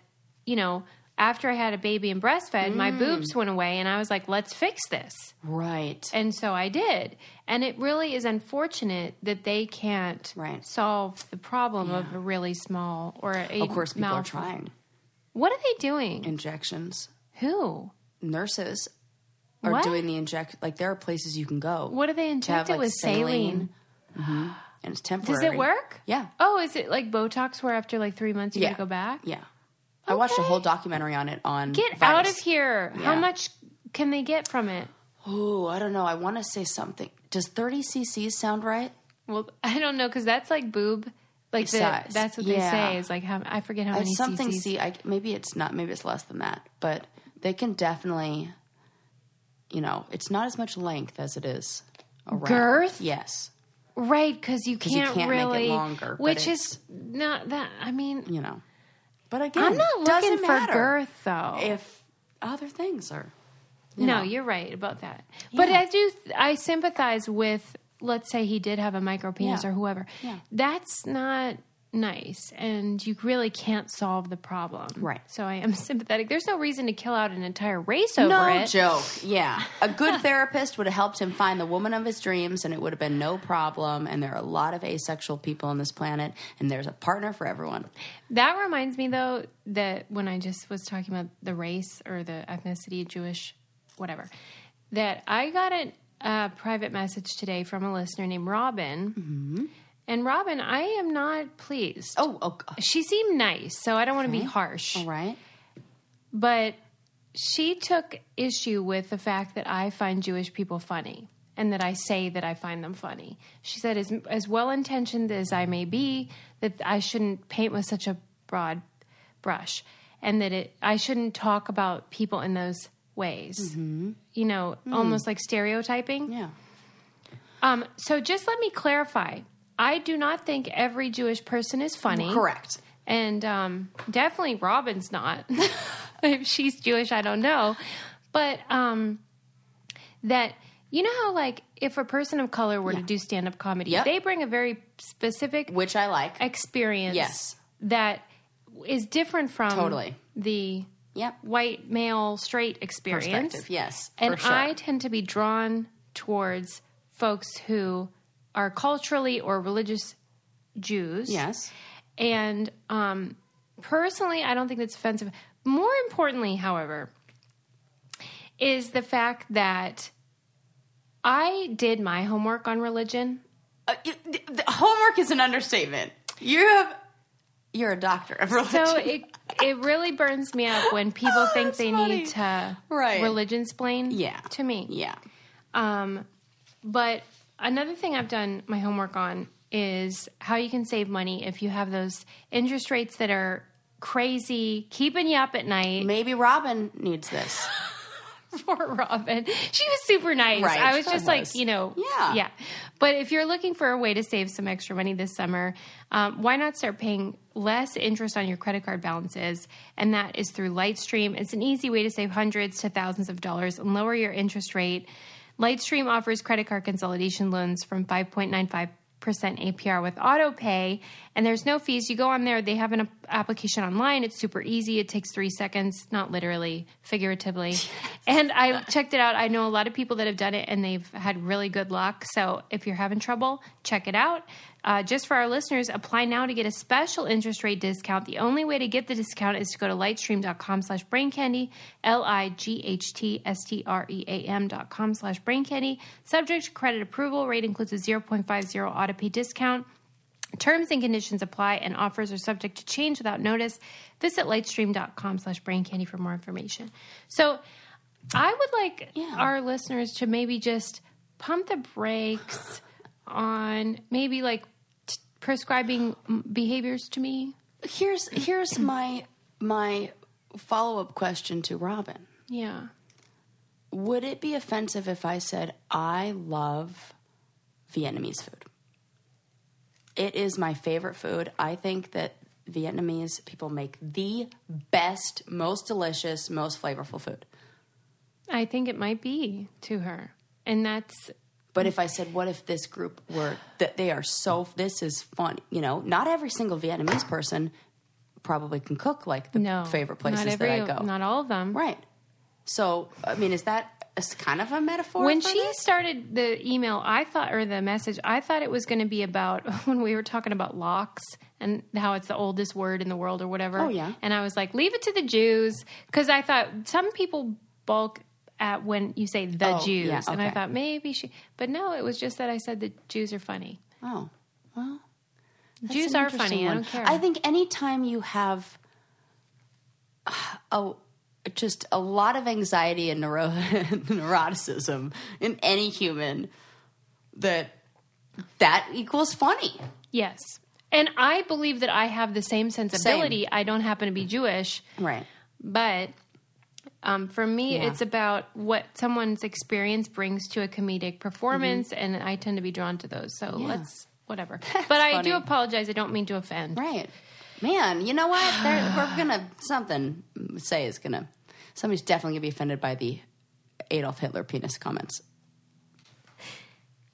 S3: you know, after I had a baby and breastfed, my
S2: Mm.
S3: boobs went away and I was like, let's fix this.
S2: right.
S3: And so I did. And it really is unfortunate that they can't
S2: Right.
S3: solve the problem of a really small or a
S2: Of course, people are
S3: malform-
S2: trying
S3: What are they doing?
S2: injections.
S3: Who?
S2: Nurses are
S3: What?
S2: doing the inject. Like there are places you can go.
S3: What do they
S2: to have,
S3: inject it
S2: like,
S3: with? Saline.
S2: Mm-hmm. and it's temporary.
S3: Does it work?
S2: Yeah.
S3: Oh, is it like Botox where after like three months you
S2: Yeah.
S3: gotta go back?
S2: Yeah. I watched a
S3: Okay.
S2: whole documentary on it on
S3: Get
S2: Vice.
S3: out of here. How
S2: Yeah.
S3: much can they get from it?
S2: Ooh, I don't know. I want to say something. Does 30 cc's sound right?
S3: Well, <laughs> I don't know because that's like boob. Like the,
S2: Size.
S3: that's what
S2: Yeah.
S3: they say is like how I forget how many
S2: It's something
S3: cc's.
S2: see I maybe it's not maybe it's less than that, but they can definitely you know, it's not as much length as it is around.
S3: Girth?
S2: Yes.
S3: right? Because you,
S2: you
S3: can't
S2: can't make it
S3: really
S2: longer, but
S3: which is
S2: it's-
S3: not that. I mean,
S2: You know. But again,
S3: I'm not looking
S2: doesn't
S3: for
S2: matter
S3: girth though.
S2: if other things are
S3: no, you're right about that. But I do. I sympathize with. Let's say he did have a micro penis
S2: Yeah.
S3: or whoever.
S2: Yeah.
S3: That's not nice, and you really can't solve the problem.
S2: Right.
S3: So I am <laughs> sympathetic. There's no reason to kill out an entire race over
S2: no
S3: it.
S2: joke. Yeah. A <laughs> good therapist would have helped him find the woman of his dreams and it would have been no problem. And there are a lot of asexual people on this planet and there's a partner for everyone.
S3: That reminds me though that when I just was talking about the race or the ethnicity, Jewish, whatever, that I got a uh, private message today from a listener named Robin.
S2: Mm-hmm.
S3: And Robin, I am not pleased.
S2: Oh, oh g-
S3: She seemed nice, so I don't want to be harsh.
S2: all right.
S3: But she took issue with the fact that I find Jewish people funny and that I say that I find them funny. She said, as, as well intentioned as I may be, that I shouldn't paint with such a broad brush and that it, I shouldn't talk about people in those ways. You know, almost like stereotyping.
S2: Mm-hmm. Hmm. Yeah.
S3: Um, so just let me clarify. I do not think every Jewish person is funny.
S2: Correct.
S3: And um, definitely Robin's not. <laughs> if she's Jewish, I don't know. But um, that, you know how, like, if a person of color were to do stand up comedy,
S2: Yep.
S3: they bring a very specific
S2: Which I like.
S3: experience
S2: Yes.
S3: that is different from
S2: Totally.
S3: the
S2: Yep.
S3: white male straight experience.
S2: Perspective. Yes.
S3: And
S2: for sure.
S3: I tend to be drawn towards folks who are culturally or religious Jews.
S2: Yes.
S3: And um, personally, I don't think that's offensive. More importantly, however, is the fact that I did my homework on
S2: <laughs>
S3: religion.
S2: Uh, you- th- th- homework is an understatement. You have. You're a doctor of religion.
S3: So it it really burns me up when people
S2: <laughs> Oh,
S3: think
S2: that's
S3: they
S2: funny.
S3: need to
S2: Right.
S3: religion splain
S2: Yeah.
S3: to me.
S2: yeah.
S3: Um, but another thing I've done my homework on is how you can save money if you have those interest rates that are crazy, keeping you up at night.
S2: Maybe Robin needs this.
S3: <laughs> Poor Robin. She was super nice.
S2: Right,
S3: I was
S2: she
S3: just
S2: was.
S3: like, you know,
S2: Yeah.
S3: yeah. But if you're looking for a way to save some extra money this summer, um, why not start paying less interest on your credit card balances? And that is through Lightstream. It's an easy way to save hundreds to thousands of dollars and lower your interest rate. Lightstream offers credit card consolidation loans from 5.95 percent APR with auto pay and there's no fees you go on there they have an ap- application online it's super easy it takes three seconds not literally figuratively and I checked it out I know a lot of people that have done it and they've had really good luck so if you're having trouble check it out uh, just for our listeners apply now to get a special interest rate discount the only way to get the discount is to go to lightstream.com slash brain candy l-i-g-h-t-s-t-r-e-a-m E dot com slash brain candy subject to credit approval rate includes a 0.50 auto pay discount Terms and conditions apply, and offers are subject to change without notice. Visit lightstream.com slash brain candy for more information. So I would like
S2: Yeah.
S3: our listeners to maybe just pump the
S2: <sighs>
S3: brakes on maybe like t- prescribing mm, behaviors to me.
S2: Here's here's my my follow up question to Robin.
S3: Yeah.
S2: Would it be offensive if I said I love Vietnamese food? It is my favorite food. I think that Vietnamese people make the best, most delicious, most flavorful food.
S3: I think it might be to her. And that's
S2: But if I said, what if this group were that they are so this is fun, you know, not every single Vietnamese person probably can cook like the
S3: No.
S2: favorite places
S3: not every,
S2: that I go.
S3: Not all of them.
S2: right. So I mean, is that a s- kind of a metaphor?
S3: When
S2: for
S3: she
S2: this?
S3: started the email, I thought, or the message, I thought it was going to be about <laughs> when we were talking about locks and how it's the oldest word in the world or whatever.
S2: Oh, yeah.
S3: And I was like, leave it to the Jews. Because I thought some people balk at when you say the
S2: Oh,
S3: Jews.
S2: yeah,
S3: And I
S2: okay.
S3: thought maybe she, but no, it was just that I said the Jews are funny.
S2: oh, That's
S3: Jews
S2: an
S3: are
S2: interesting
S3: funny. I
S2: one.
S3: don't care.
S2: I think anytime you have uh, a just a lot of anxiety and neuro- <laughs> neuroticism in any human, that that equals funny.
S3: yes. And I believe that I have the same sensibility. I don't happen to be Jewish.
S2: Right.
S3: But um, for me,
S2: Yeah.
S3: it's about what someone's experience brings to a comedic performance,
S2: Mm-hmm.
S3: and I tend to be drawn to those. So let's
S2: <laughs>
S3: whatever. but I
S2: funny.
S3: do apologize. I don't mean to offend.
S2: Right. Man, you know what? There, we're
S3: <sighs>
S2: gonna something say is gonna somebody's definitely gonna be offended by the Adolf Hitler penis comments.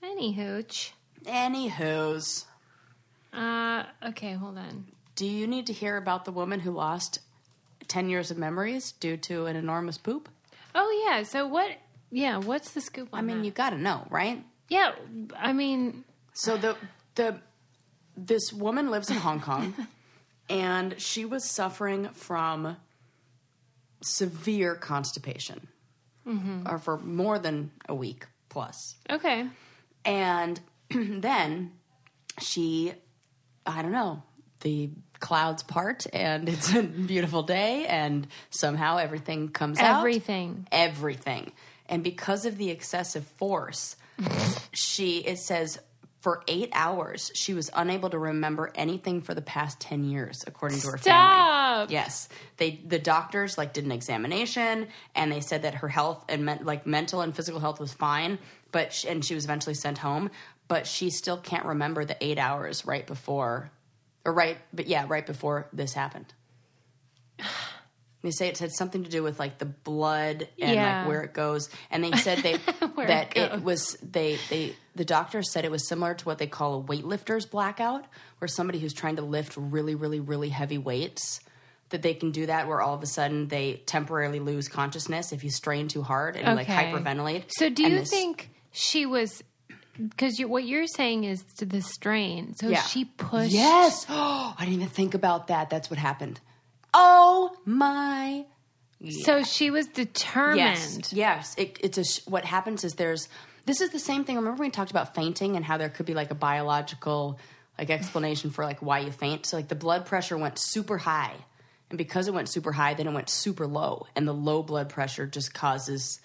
S3: Anywho,
S2: Anywho's,
S3: uh, okay, hold on.
S2: do you need to hear about the woman who lost ten years of memories due to an enormous poop?
S3: Oh yeah. So what? Yeah. What's the scoop? On
S2: I mean, you gotta know, right?
S3: yeah. I mean,
S2: So the the this woman lives in Hong <laughs> Kong, and she was suffering from severe constipation, or for more than a week plus.
S3: okay.
S2: And <clears throat> then she, I don't know, the clouds part and <laughs> it's a beautiful day and somehow everything comes out.
S3: Everything.
S2: Everything. And because of the excessive
S3: <laughs>
S2: force, she, it says, for eight hours, she was unable to remember anything for the past 10 years, according to her family.
S3: Stop.
S2: Yes, they the doctors like did an examination and they said that her health and men, like mental and physical health was fine, but sh and she was eventually sent home, but she still can't remember the 8 hours right before or right but yeah, right before this happened. <sighs> They say it had something to do with like the blood and
S3: Yeah.
S2: like where it goes, and they said they
S3: <laughs> Where
S2: that
S3: it
S2: it, was they they the doctor said it was similar to what they call a weightlifter's blackout, where somebody who's trying to lift really really really heavy weights that they can do that where all of a sudden they temporarily lose consciousness if you strain too hard and you, like
S3: Okay.
S2: hyperventilate.
S3: So do
S2: And
S3: you
S2: this-
S3: think she was? Because you, what you're saying is to the strain. So
S2: Yeah.
S3: she
S2: <gasps>
S3: pushed.
S2: Yes. <gasps> Oh, I didn't even think about that. That's what happened. Oh my
S3: So she was determined.
S2: Yes, yes. It, it's a sh- what happens is there's this is the same thing. Remember we talked about fainting and how there could be like a biological like explanation for like why you faint. So like the blood pressure went super high, and because it went super high, then it went super low, and the low blood pressure just causes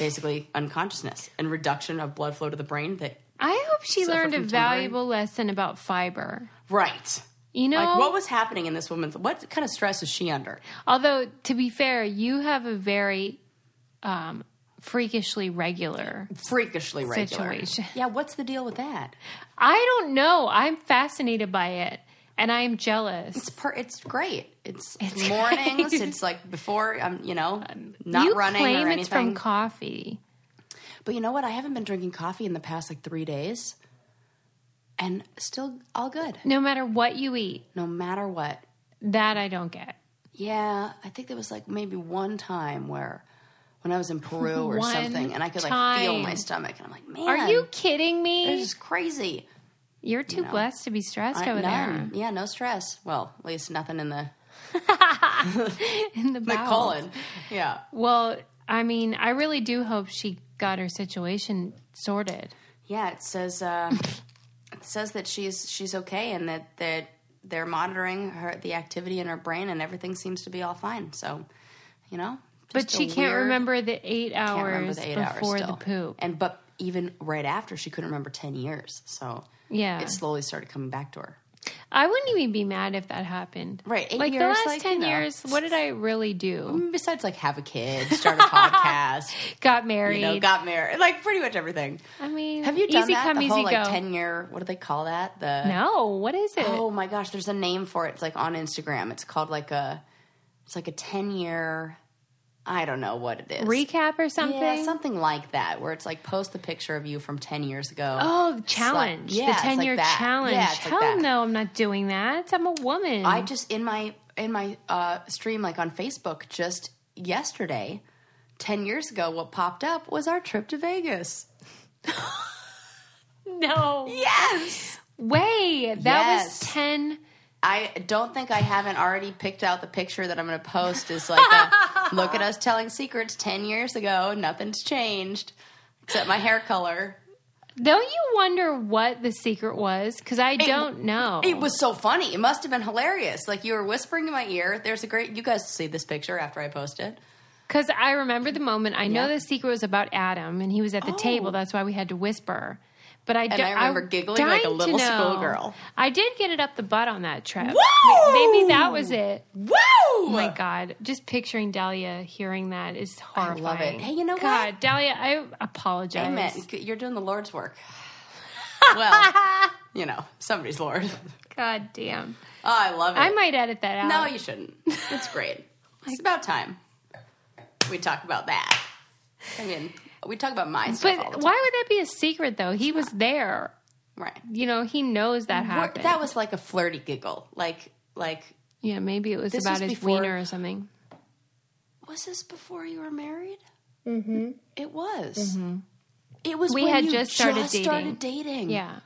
S2: basically <laughs> unconsciousness and reduction of blood flow to the brain. That
S3: I hope she
S2: Suffer
S3: learned a
S2: from temporary-
S3: valuable lesson about fiber.
S2: right.
S3: You know,
S2: Like what was happening in this woman's? What kind of stress is she under?
S3: although to be fair, you have a very um, freakishly regular.
S2: Freakishly regular.
S3: Situation.
S2: Yeah, what's the deal with that?
S3: I don't know. I'm fascinated by it, and I am jealous.
S2: It's per- it's great. It's, mornings.
S3: <laughs>
S2: it's like before I'm, you know, not
S3: Um, you
S2: running
S3: claim
S2: or anything.
S3: it's from coffee.
S2: but you know what? I haven't been drinking coffee in the past like three days, and still all good.
S3: No matter what you eat,
S2: No matter what.
S3: that I don't get.
S2: Yeah, I think there was like maybe one time where when I was in
S3: <laughs>
S2: Peru or
S3: One
S2: something, and I could like feel
S3: time.
S2: my stomach, and I'm like, man,
S3: Are you kidding
S2: This
S3: me?
S2: is crazy.
S3: You're too blessed to be stressed
S2: I-
S3: over
S2: none. Yeah, no stress. Well, at least nothing in the,
S3: there in the
S2: the
S3: bowels.
S2: colon. Yeah.
S3: Well, I mean, I really do hope she got her situation sorted.
S2: Yeah, it says uh, it says that she's she's okay and that that they're monitoring her the activity in her brain and everything seems to be all fine. So, you know,
S3: But
S2: just a
S3: she can't
S2: weird-
S3: remember the eight
S2: can't
S3: hours
S2: remember the eight
S3: before
S2: hours
S3: the
S2: still.
S3: poop.
S2: and but even right after she couldn't remember ten years. So
S3: yeah,
S2: it slowly started coming back to her.
S3: I wouldn't even be mad if that happened.
S2: Right, eight
S3: like the
S2: years,
S3: last
S2: like,
S3: ten
S2: you know.
S3: years, what did I really do?
S2: Besides, like have a kid, start a <laughs> podcast,
S3: Got married.
S2: Mm-hmm. you know, got married, like pretty much everything.
S3: I mean,
S2: Have you done
S3: easy
S2: that?
S3: come,
S2: the
S3: easy
S2: whole like
S3: go.
S2: ten year. What do they call that? The
S3: no, what is it?
S2: Oh my gosh, there's a name for it. It's like on Instagram. It's called like a it's like a 10 year I don't know what it is.
S3: recap or something.
S2: Yeah, something like that, where it's like post the picture of you from 10 years ago.
S3: Oh,
S2: It's like-
S3: challenge.
S2: yeah, it's
S3: the
S2: like
S3: 10 year
S2: that.
S3: challenge.
S2: Yeah, it's like
S3: Hell
S2: that.
S3: no, I'm not doing that. I'm a woman.
S2: I just in my in my uh, stream, like on Facebook, just yesterday, ten years ago, what popped up was our trip to Vegas.
S3: no.
S2: Yes,
S3: Way. That
S2: Yes.
S3: was 10.
S2: I don't think I haven't already picked out the picture that I'm going to post. Is like, <laughs> a, look at us telling secrets ten years ago. Nothing's changed except my hair color.
S3: Don't you wonder what the secret was? Because I don't know.
S2: It was so funny. It must have been hilarious. Like you were whispering in my ear. There's a great. You guys see this picture after I post it.
S3: Because I remember the moment. I know
S2: Yeah. Oh.
S3: the secret was about Adam, and he was at the table. That's why we had to whisper. But I, do-
S2: I remember giggling like a
S3: dying to
S2: little
S3: know.
S2: schoolgirl.
S3: I did get it up the butt on that trip.
S2: Whoa!
S3: Ma- Maybe that was it.
S2: Woo!
S3: Oh my god! Just picturing Dahlia hearing that is
S2: love it.
S3: horrifying.
S2: Hey, you know what?
S3: god, Dahlia, I apologize.
S2: Amen. You're doing the Lord's <laughs> work. well, you know, somebody's <laughs> Lord.
S3: God damn!
S2: Oh, I love it.
S3: I might edit that out.
S2: no, you <laughs> shouldn't. It's great. it's about time we talk about that. I mean, we talk about my stuff all the
S3: but
S2: time.
S3: why would that be a secret though? He was there.
S2: Right.
S3: You know, he knows that
S2: Or-
S3: happened.
S2: That was like a flirty giggle. Like, like,
S3: yeah, maybe it was
S2: This
S3: about
S2: was
S3: his
S2: before-
S3: wiener or something.
S2: was this before you were married? Mm-hmm. It was. It was
S3: We
S2: when
S3: had
S2: you
S3: just started
S2: started dating.
S3: Yeah.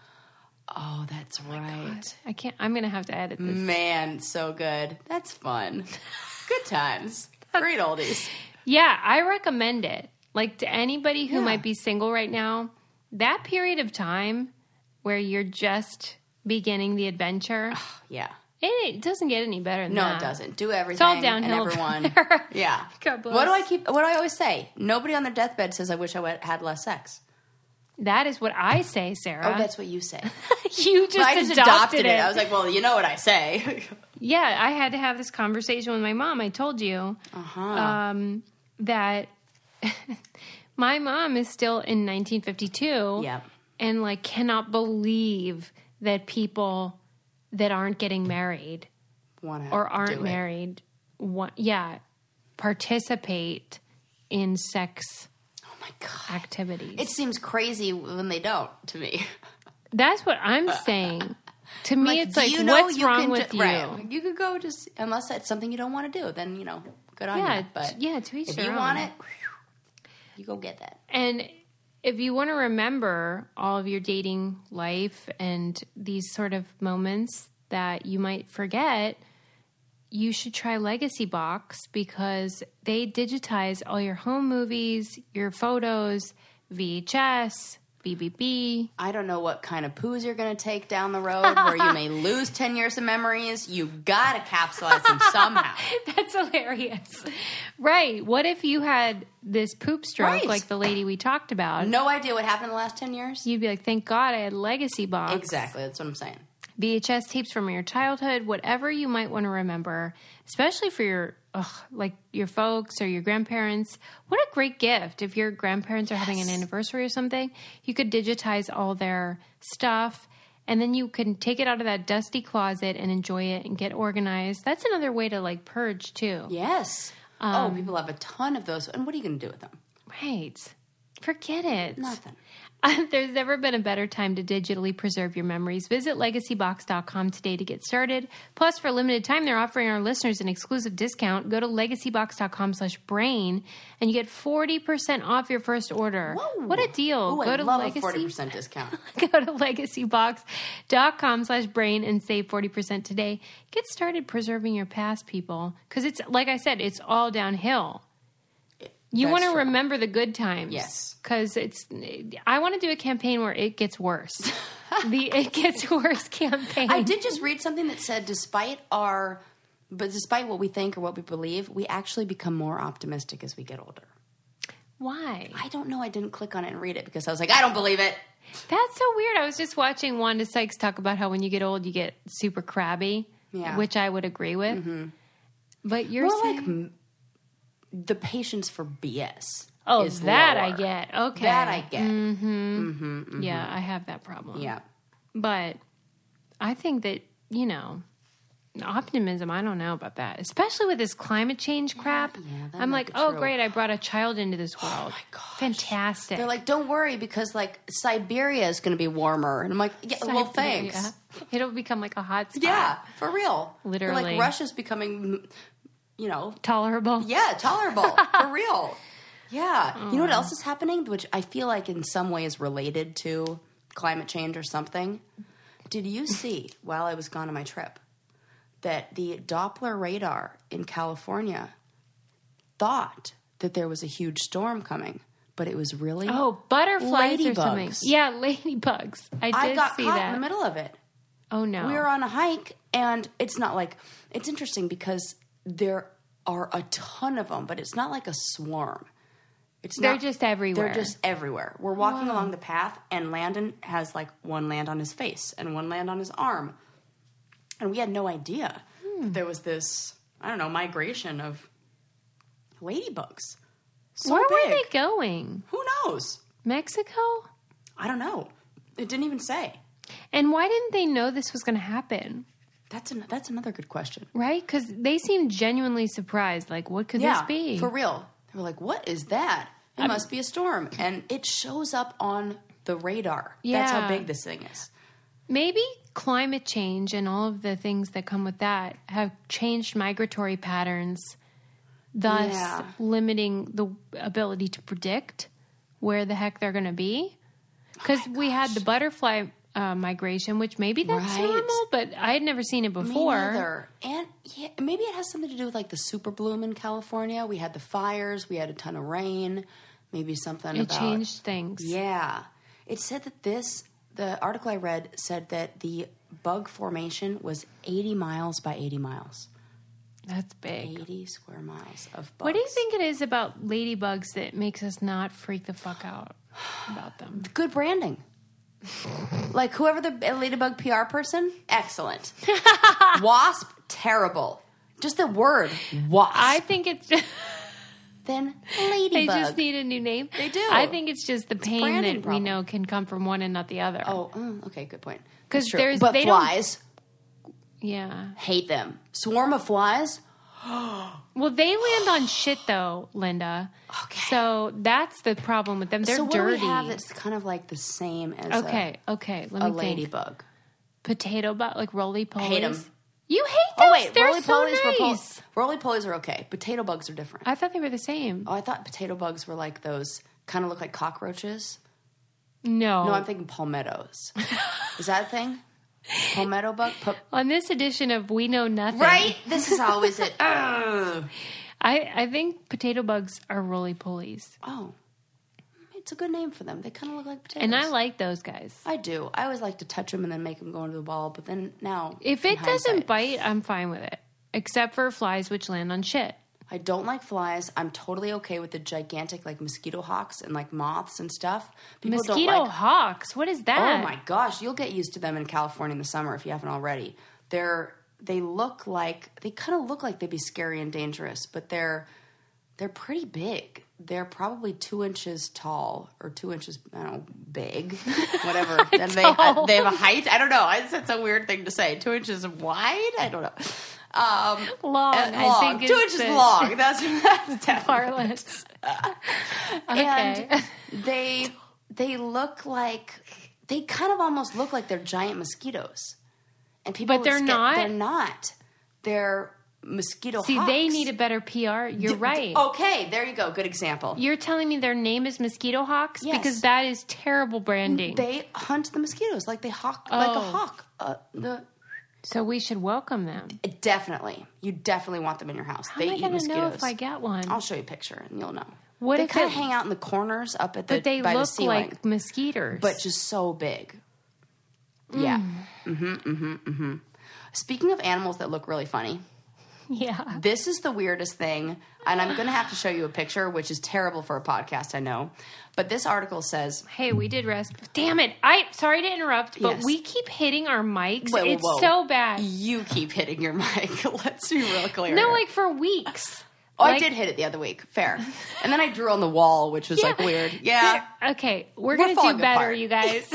S2: Oh, that's right.
S3: I can't. I'm gonna have to edit
S2: Mm.
S3: this.
S2: Man, so good. That's <laughs> fun. Good times. Great oldies.
S3: Yeah, I recommend it. Like to anybody who
S2: Yeah.
S3: might be single right now, that period of time where you're just beginning the adventure,
S2: Yeah.
S3: it, it doesn't get any better than
S2: No,
S3: that.
S2: it doesn't. Do everything.
S3: downhill
S2: And
S3: from
S2: everyone.
S3: there. <laughs>
S2: Yeah.
S3: God bless.
S2: What do I keep? What do I always say? Nobody on their deathbed says, "I wish I went- had less sex."
S3: That is what I say, Sarah.
S2: Oh, that's what you
S3: <laughs>
S2: say. <laughs>
S3: you just,
S2: I just
S3: adopted, it.
S2: I was like, "Well, you know what I
S3: <laughs>
S2: say."
S3: yeah, I had to have this conversation with my mom. I told you
S2: Uh-huh.
S3: um, that <laughs> my mom is still in 1952.
S2: Yep.
S3: and like cannot believe that people that aren't getting married
S2: Wanna
S3: or aren't
S2: do it.
S3: married want, yeah participate in sex
S2: Oh my god.
S3: activities
S2: It seems crazy when they don't to <laughs> me.
S3: that's what i'm saying to me it's
S2: Uh, do
S3: like
S2: you know
S3: what's
S2: you
S3: wrong
S2: can
S3: with
S2: ju-
S3: you
S2: Right. You could go just unless that's something you don't want to do, then you know, good on
S3: yeah
S2: you. But
S3: t- yeah to each
S2: if
S3: their
S2: you
S3: own.
S2: want it, you go get that.
S3: And if you want to remember all of your dating life and these sort of moments that you might forget, you should try Legacy Box because they digitize all your home movies, your photos, VHS,
S2: <laughs>
S3: BBB.
S2: I don't know what kind of poos you're going to take down the road where you <laughs> may lose 10 years of memories. You got to capsulize them <laughs> somehow.
S3: That's hilarious. Right. What if you had this poop stroke
S2: Right.
S3: like the lady we talked about?
S2: No idea what happened in the last 10 years?
S3: You'd be like, thank God I had Legacy Box.
S2: Exactly. That's what I'm saying.
S3: VHS tapes from your childhood, whatever you might want to remember, especially for your ugh, like your folks or your grandparents. What a great gift if your grandparents are having an anniversary or something. You could digitize all their stuff and then you can take it out of that dusty closet and enjoy it and get organized. That's another way to like purge too.
S2: Yes. oh, people have a ton of those. And what are you going to do with them?
S3: Right. Forget it.
S2: Nothing.
S3: <laughs> Uh, There's never been a better time to digitally preserve your memories. Visit legacybox.com today to get started. Plus, for a limited time, they're offering our listeners an exclusive discount. Go to legacybox.com slash brain and you get 40% off your first order.
S2: Whoa.
S3: What a deal.
S2: Ooh,
S3: Go
S2: I
S3: to
S2: love
S3: legacy,
S2: a 40% discount.
S3: <laughs> Go to legacybox.com slash brain and save 40% today. Get started preserving your past, people. Because it's, like I said, it's all downhill. You
S2: That's
S3: want to
S2: true.
S3: remember the good times.
S2: Yes.
S3: Because it's, I want to do a campaign where it gets
S2: <laughs>
S3: worse. the it gets worse
S2: <laughs>
S3: campaign.
S2: I did just read something that said, despite our, but despite what we think or what we believe, we actually become more optimistic as we get older.
S3: Why?
S2: I don't know. I didn't click on it and read it because I was like, I don't believe it.
S3: That's so weird. I was just watching Wanda Sykes talk about how when you get old, you get super crabby,
S2: Yeah.
S3: which I would agree with. But you're
S2: More like
S3: saying,
S2: m- the patience for BS.
S3: oh,
S2: is
S3: that I
S2: lower.
S3: get. Okay. Mm.
S2: That I get. Mm-hmm.
S3: Yeah, I have that problem.
S2: Yeah.
S3: But I think that, you know, optimism. I don't know about that, especially with this climate change crap.
S2: yeah, that
S3: I'm
S2: might
S3: like,
S2: be
S3: oh,
S2: true.
S3: great, I brought a child into this world. Oh my
S2: gosh.
S3: fantastic!
S2: They're like, don't worry because like Siberia is going to be warmer, and I'm like, yeah, well,
S3: Siberia.
S2: thanks.
S3: <laughs> It'll become like a hot spot.
S2: Yeah, for real. They're
S3: Literally.
S2: like Russia's becoming, you know,
S3: tolerable.
S2: yeah,
S3: <laughs>
S2: tolerable for real. Yeah. You know what
S3: Mm.
S2: else is happening, which I feel like in some way is related to climate change or something. Did
S3: <laughs>
S2: you see while I was gone on my trip that the Doppler radar in California thought that there was a huge storm coming, but it was really
S3: Oh, butterflies or something.
S2: Ladybugs.
S3: Yeah, ladybugs. I did
S2: I got
S3: see
S2: caught
S3: that.
S2: in the middle of it.
S3: oh no.
S2: we were on a hike and it's not like it's interesting because there are a ton of them but it's not like a swarm it's
S3: They're
S2: not-
S3: just everywhere.
S2: they're just everywhere we're walking along the path and landon has like one land on his face and one land on his arm and we had no idea
S3: Hmm.
S2: that there was this i don't know migration of ladybugs so
S3: Where
S2: big.
S3: were they going?
S2: who knows
S3: Mexico?
S2: i don't know it didn't even say
S3: And why didn't they know this was going to happen?
S2: that's an, that's another good question
S3: Right? Because they seemed genuinely surprised. Like, what could
S2: Yeah,
S3: this be?
S2: for real. They were like, "What is that? It must be a storm." And it shows up on the radar. That's how
S3: Yeah.
S2: big this thing is.
S3: Maybe climate change and all of the things that come with that have changed migratory patterns, thus
S2: Yeah.
S3: limiting the ability to predict where the heck they're going to be.
S2: Oh
S3: Because we had the butterfly uh, migration, which maybe that's
S2: Right.
S3: normal, but I had never seen it
S2: Me
S3: before.
S2: neither. And yeah, maybe it has something to do with like the super bloom in California. We had the fires. We had a ton of rain. Maybe something
S3: It
S2: about
S3: changed things.
S2: Yeah. It said that this, the article I read said that the bug formation was 80 miles by 80 miles.
S3: That's big.
S2: 80 square miles of bugs.
S3: What do you think it is about ladybugs that makes us not freak the fuck out about them?
S2: good branding. like whoever the ladybug PR person, excellent.
S3: <laughs>
S2: wasp, terrible. Just the word wasp.
S3: I think it's
S2: then
S3: they
S2: ladybug.
S3: just need a new name.
S2: They do.
S3: I think it's just the pain
S2: branding
S3: that we
S2: problem.
S3: know can come from one and not the other.
S2: oh, mm, okay, good point.
S3: 'Cause
S2: That's true.
S3: there's-
S2: but
S3: they don't-
S2: flies
S3: Yeah.
S2: hate them. Swarm of flies.
S3: Well, they land on shit though, Linda.
S2: Okay.
S3: So that's the problem with them. They're
S2: so what
S3: dirty.
S2: do we have that's kind of like the same as
S3: okay. Okay. Let
S2: a, a
S3: me think.
S2: ladybug?
S3: Potato butt, like roly polies.
S2: Hate 'em.
S3: You hate those.
S2: Oh wait,
S3: They're
S2: roly
S3: so
S2: polies.
S3: nice.
S2: roly polies are okay. Potato bugs are different.
S3: I thought they were the same.
S2: oh, I thought potato bugs were like those kind of look like cockroaches.
S3: No.
S2: No, I'm thinking palmettos.
S3: <laughs>
S2: Is that a thing? Palmetto bug? Pa-
S3: on this edition of We Know Nothing,
S2: right? This is always <laughs> it. Ugh.
S3: I, I think potato bugs are roly polies.
S2: oh, it's a good name for them. They kind of look like potatoes.
S3: And I like those guys.
S2: I do. I always like to touch them and then make them go into the ball. But then now,
S3: If
S2: in
S3: it
S2: hindsight,
S3: doesn't bite, I'm fine with it. Except for flies which land on shit.
S2: I don't like flies. I'm totally okay with the gigantic like mosquito hawks and like moths and stuff. People
S3: Mosquito
S2: don't like.
S3: hawks. What is that?
S2: Oh my gosh, you'll get used to them in California in the summer if you haven't already. They're they look like they kind of look like they'd be scary and dangerous, but they're they're pretty big. They're probably two inches tall or two inches, I don't know,
S3: <laughs>
S2: big, whatever. and they uh, they have a height. I don't know. I- That's a weird thing to say. Two inches wide. I don't know. Um,
S3: Long,
S2: and
S3: I
S2: long.
S3: think
S2: two
S3: is
S2: inches
S3: the
S2: long. That's that's <laughs> definitely
S3: Parlance. okay. <laughs>
S2: and they they look like they kind of almost look like they're giant mosquitoes, and people.
S3: But they're
S2: just
S3: not?
S2: They're not. They're mosquito.
S3: See, they
S2: hawks. oh.
S3: need a better PR. You're right.
S2: Okay, there you go. Good example.
S3: You're telling me their name is Mosquito Hawks?
S2: Yes.
S3: Because that is terrible branding.
S2: They hunt the mosquitoes like they hawk, like a
S3: Oh.
S2: hawk. Uh, the
S3: so we should welcome them.
S2: definitely, you definitely want them in your house.
S3: How
S2: they
S3: am I
S2: eat
S3: going to know
S2: mosquitoes.
S3: if I get one?
S2: I'll show you a picture and you'll know.
S3: What
S2: they
S3: if
S2: kind
S3: it-
S2: of hang out in the corners up at the
S3: but they
S2: by the
S3: look
S2: ceiling,
S3: like mosquitoes.
S2: but just so big.
S3: Mm.
S2: Yeah. Mm-hmm. Mm-hmm. Mm-hmm. Speaking of animals that look really funny,
S3: yeah.
S2: this is the weirdest thing, and I'm going to have to show you a picture, which is terrible for a podcast, I know. But this article says,
S3: Hey, we did rest. Damn it. I sorry to interrupt, but
S2: Yes.
S3: we keep hitting our mics.
S2: Wait, whoa,
S3: it's
S2: whoa.
S3: so bad.
S2: "You keep hitting your <laughs> mic." Let's be real clear.
S3: No,
S2: here.
S3: like for weeks.
S2: <laughs> oh, I
S3: like-
S2: did hit it the other week.
S3: <laughs>
S2: Fair. and then I drew on the wall, which was like weird. Yeah.
S3: Okay, we're,
S2: We're
S3: gonna do
S2: falling <laughs>
S3: better,
S2: apart.
S3: you guys.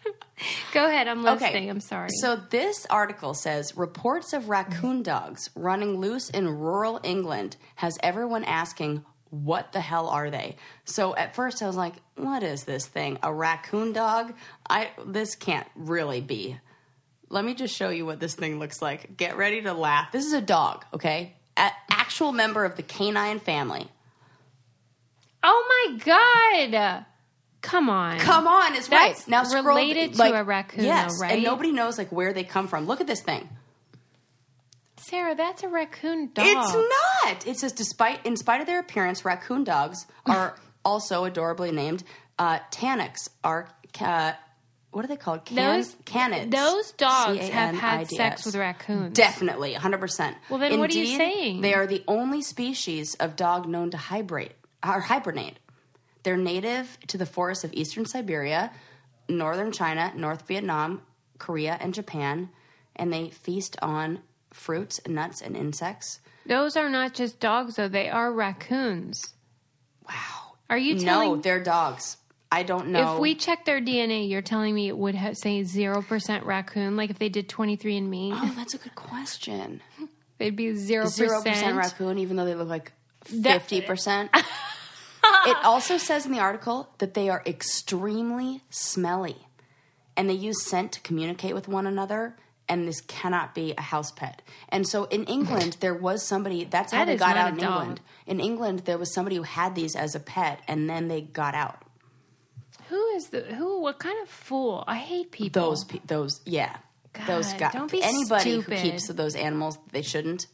S3: <laughs> Go ahead. I'm
S2: Okay.
S3: listening. I'm sorry.
S2: So this article says reports of raccoon dogs running loose in rural England has everyone asking, what the hell are they? So at first I was like, what is this thing? A raccoon dog? I this can't really be. Let me just show you what this thing looks like. Get ready to laugh. This is a dog, okay? A actual member of the canine family.
S3: oh my god! Come on.
S2: Come on, it's
S3: That's
S2: right. Now scroll
S3: related to a raccoon, though,
S2: yes,
S3: right?
S2: and nobody knows like where they come from. Look at this thing.
S3: Sarah, that's a raccoon dog.
S2: It's not. It says, despite in spite of their appearance, raccoon dogs
S3: <laughs>
S2: are also adorably named uh, tanics. Are uh, what are they called? Can,
S3: Those-
S2: canids.
S3: Those dogs have had
S2: C-A-N-I-D-S.
S3: sex with raccoons.
S2: Definitely, hundred percent.
S3: Well, then what are you saying?
S2: They are the only species of dog known to hibernate or hibernate. They're native to the forests of eastern Siberia, northern China, North Vietnam, Korea, and Japan, and they feast on fruits, nuts, and insects.
S3: Those are not just dogs, though. They are raccoons.
S2: Wow.
S3: Are you
S2: No,
S3: telling?
S2: they're dogs. I don't know.
S3: if we check their DNA, you're telling me it would ha- say zero percent raccoon. Like if they
S2: <gasps>
S3: did 23andMe,
S2: oh, that's a good question.
S3: they'd be zero
S2: Zero percent
S3: percent.
S2: raccoon, even though they look like
S3: That-
S2: fifty <laughs> percent. it also says in the article that they are extremely smelly, and they use scent to communicate with one another. And this cannot be a house pet. And so in <laughs> England, there was somebody. That's how
S3: That
S2: they
S3: is
S2: got
S3: not
S2: out
S3: a
S2: in
S3: dog.
S2: England. In England, there was somebody who had these as a pet, and then they got out.
S3: Who is the who? What kind of fool? I hate people.
S2: Those, pe those, yeah, those
S3: God,
S2: guys.
S3: don't be
S2: anybody
S3: stupid.
S2: who keeps those animals, they shouldn't.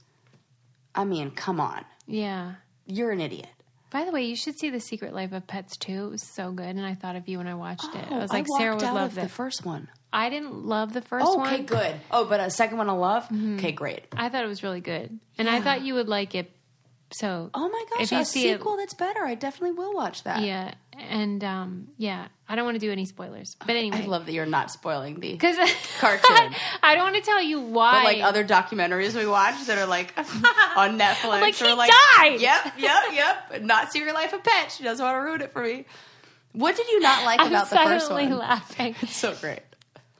S2: I mean, come on,
S3: Yeah.
S2: you're an idiot.
S3: By the way, you should see The Secret Life of Pets too. It was so good, and I thought of you when I watched it. I was like, Sarah
S2: Oh, walked
S3: would
S2: out
S3: love
S2: of
S3: this.
S2: the first one.
S3: I didn't love the first
S2: Oh,
S3: one. Mm-hmm.
S2: okay, good. Oh, but a second one I love. Okay, great.
S3: I thought it was really good, and I thought you would like it. So,
S2: Oh my gosh,
S3: If you
S2: a
S3: see it-
S2: sequel that's better. I definitely will watch that.
S3: yeah, and um, yeah, I don't want to do any spoilers, but anyway,
S2: I love that you're not spoiling the
S3: because
S2: cartoon.
S3: <laughs> I don't want to tell you why.
S2: But like other documentaries we watch that are like <laughs> on Netflix,
S3: Like,
S2: or
S3: he
S2: like,
S3: died!
S2: Yep, yep, yep. Not Secret Life of Pet. She doesn't want to ruin it for me. What did you not like
S3: <laughs> I'm
S2: about the first
S3: silently
S2: one?
S3: laughing.
S2: So great.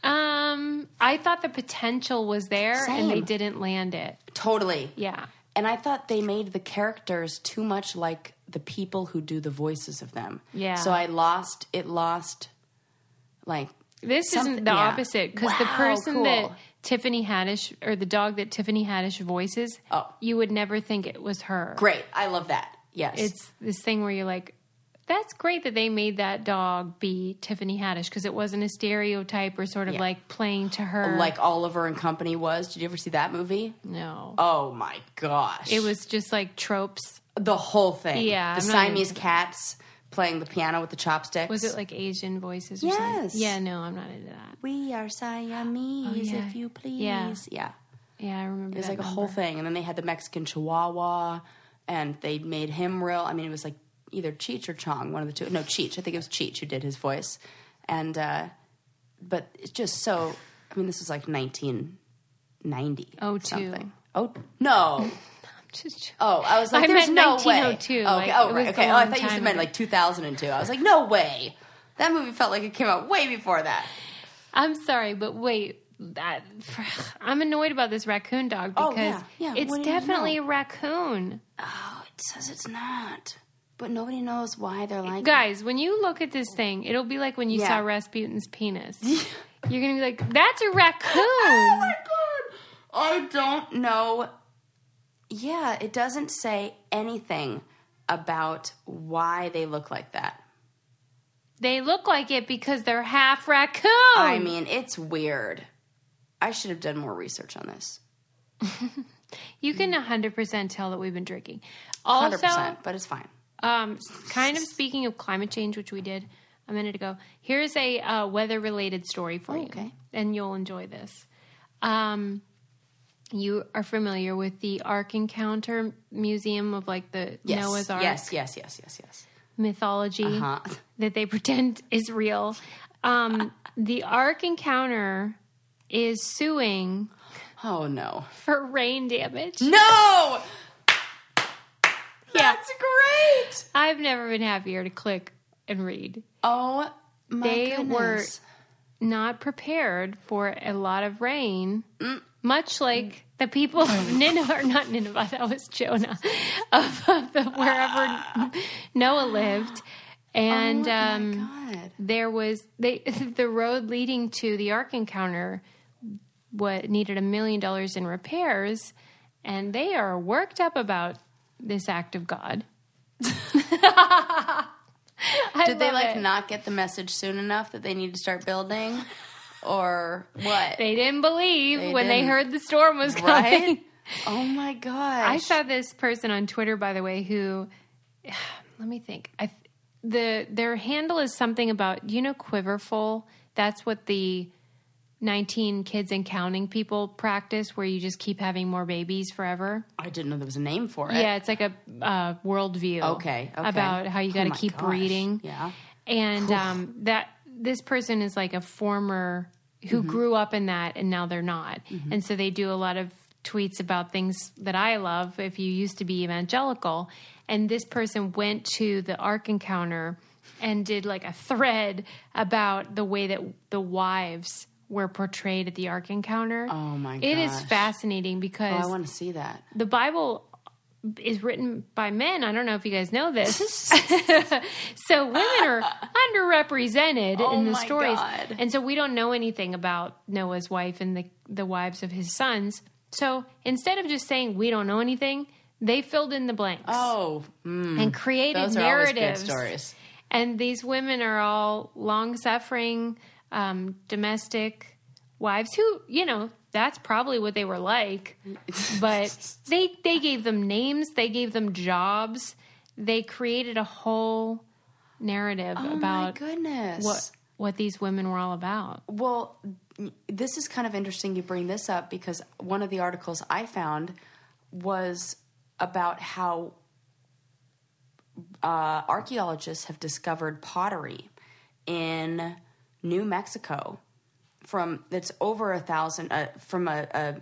S3: Um, I thought the potential was there, and they
S2: Same.
S3: didn't land it.
S2: Totally.
S3: Yeah.
S2: And I thought they made the characters too much like the people who do the voices of them.
S3: Yeah.
S2: So I lost it lost like
S3: This
S2: Something-
S3: isn't the
S2: yeah.
S3: opposite because the
S2: Wow,
S3: person that
S2: cool.
S3: Tiffany Haddish or the dog that Tiffany Haddish voices,
S2: Oh.
S3: you would never think it was her.
S2: great. I love that. Yes.
S3: It's this thing where you're like, that's great that they made that dog be Tiffany Haddish because it wasn't a stereotype or sort of
S2: Yeah.
S3: like playing to her.
S2: like Oliver and Company was. Did you ever see that movie?
S3: no,
S2: Oh my gosh.
S3: it was just like tropes.
S2: the whole thing.
S3: Yeah,
S2: The
S3: I'm not
S2: Siamese
S3: into
S2: cats playing the piano with the chopsticks.
S3: Was it like Asian voices? Or
S2: Yes.
S3: Something? Yeah. No, I'm not into that.
S2: we are Siamese,
S3: Oh, yeah.
S2: if you please.
S3: Yeah.
S2: yeah.
S3: Yeah, I remember.
S2: It was
S3: that
S2: like a
S3: number.
S2: whole thing, and then they had the Mexican Chihuahua, and they made him real. I mean, it was like either Cheech or Chong, one of the two. No, Cheech. I think it was Cheech who did his voice, and uh, but it's just so. I mean, this was like nineteen ninety.
S3: Oh, two.
S2: something. Oh no!
S3: I'm <laughs> just-
S2: Oh, I
S3: <laughs>
S2: was like,
S3: I
S2: there's
S3: meant
S2: no way.
S3: 1902,
S2: Okay,
S3: like,
S2: oh
S3: it
S2: right,
S3: was
S2: okay.
S3: a
S2: Oh, I
S3: long
S2: thought you
S3: time
S2: meant
S3: ago.
S2: like two thousand and two. I was like, no way. That movie felt like it came out way before that.
S3: I'm sorry, but wait. That, <sighs> I'm annoyed about this raccoon dog
S2: Oh,
S3: because
S2: yeah, yeah,
S3: it's
S2: what do you
S3: definitely
S2: know?
S3: a raccoon.
S2: Oh, it says it's not, but nobody knows why they're like.
S3: Guys, when you look at this thing, it'll be like when you
S2: Yeah.
S3: saw Rasputin's
S2: <laughs>
S3: penis. You're gonna be like, "That's a raccoon."
S2: Oh <laughs> my god! I don't know. Yeah, it doesn't say anything about why they look like that.
S3: They look like it because they're half raccoon.
S2: I
S3: Um,
S2: mean, it's weird. I should have done more research on this.
S3: you can 100% tell that we've been drinking. Also,
S2: 100%, but it's fine.
S3: um, kind of speaking of climate change, which we did a minute ago, here's a uh, weather related story for you.
S2: Oh, okay.
S3: And you'll enjoy this. Um, you are familiar with the Ark Encounter Museum of like the
S2: Yes.
S3: Noah's Ark
S2: Yes, yes, yes, yes, yes.
S3: mythology.
S2: Uh-huh.
S3: that they <laughs> pretend is real. Um, the Ark Encounter is suing
S2: Oh no.
S3: for rain damage.
S2: No!
S3: Yeah.
S2: That's great!
S3: I've never been happier to click and read.
S2: Oh my
S3: They were
S2: goodness.
S3: not prepared for a lot of rain,
S2: Mm.
S3: much like the
S2: <laughs>
S3: people of Nineveh, or not Nineveh, that was Jonah, <laughs> of, of the, wherever
S2: <gasps>
S3: Noah lived. And um,
S2: Oh God.
S3: there was they <laughs> the road leading to the Ark encounter what needed a million dollars in repairs, and they are worked up about this act of God. <laughs> I
S2: Did they
S3: love
S2: like
S3: it.
S2: not get the message soon enough that they need to start building, or what?
S3: They didn't believe when they
S2: didn't.
S3: heard the storm was coming. <laughs>
S2: right? oh my god!
S3: I saw this person on Twitter, by the way, who <sighs> let me think. I the their handle is something about you know Quiverful. That's what the nineteen kids and counting people practice, where you just keep having more babies forever.
S2: I didn't know there was a name for it.
S3: Yeah, it's like a uh, worldview.
S2: Okay, okay.
S3: About how you
S2: Oh
S3: got to
S2: my
S3: keep
S2: gosh.
S3: breeding.
S2: Yeah.
S3: And um, that this person is like a former who
S2: Mm-hmm.
S3: grew up in that and now they're not. And so they do a lot of tweets about things that I love if you used to be evangelical. And this person went to the Ark Encounter and did like a thread about the way that the wives were portrayed at the Ark Encounter.
S2: Oh my
S3: It is
S2: gosh.
S3: fascinating because
S2: Oh, I want to see that.
S3: the Bible is written by men. I don't know if you guys know this.
S2: <laughs>
S3: so women are underrepresented in the
S2: Oh my
S3: stories.
S2: God.
S3: And so we don't know anything about Noah's wife and the, the wives of his sons. So instead of just saying we don't know anything, they filled in the blanks
S2: Oh, mm,
S3: and created
S2: those are always good
S3: narratives.
S2: stories.
S3: And these women are all long suffering, um, domestic wives who, you know, that's probably what they
S2: <laughs>
S3: were like. But they they gave them names, they gave them jobs, they created a whole narrative
S2: Oh my
S3: about
S2: goodness.
S3: what what these women were all about.
S2: Well, this is kind of interesting you bring this up because one of the articles I found was about how uh, archaeologists have discovered pottery in New Mexico from that's over a thousand uh, from a, a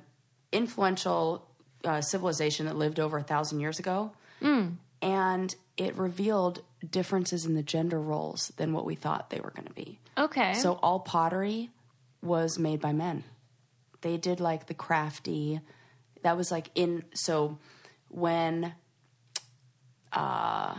S2: influential uh, civilization that lived over a thousand years ago, and it revealed differences in the gender roles than what we thought they were going to be.
S3: Okay.
S2: So all pottery was made by men. They did like the crafty. That was like in so when uh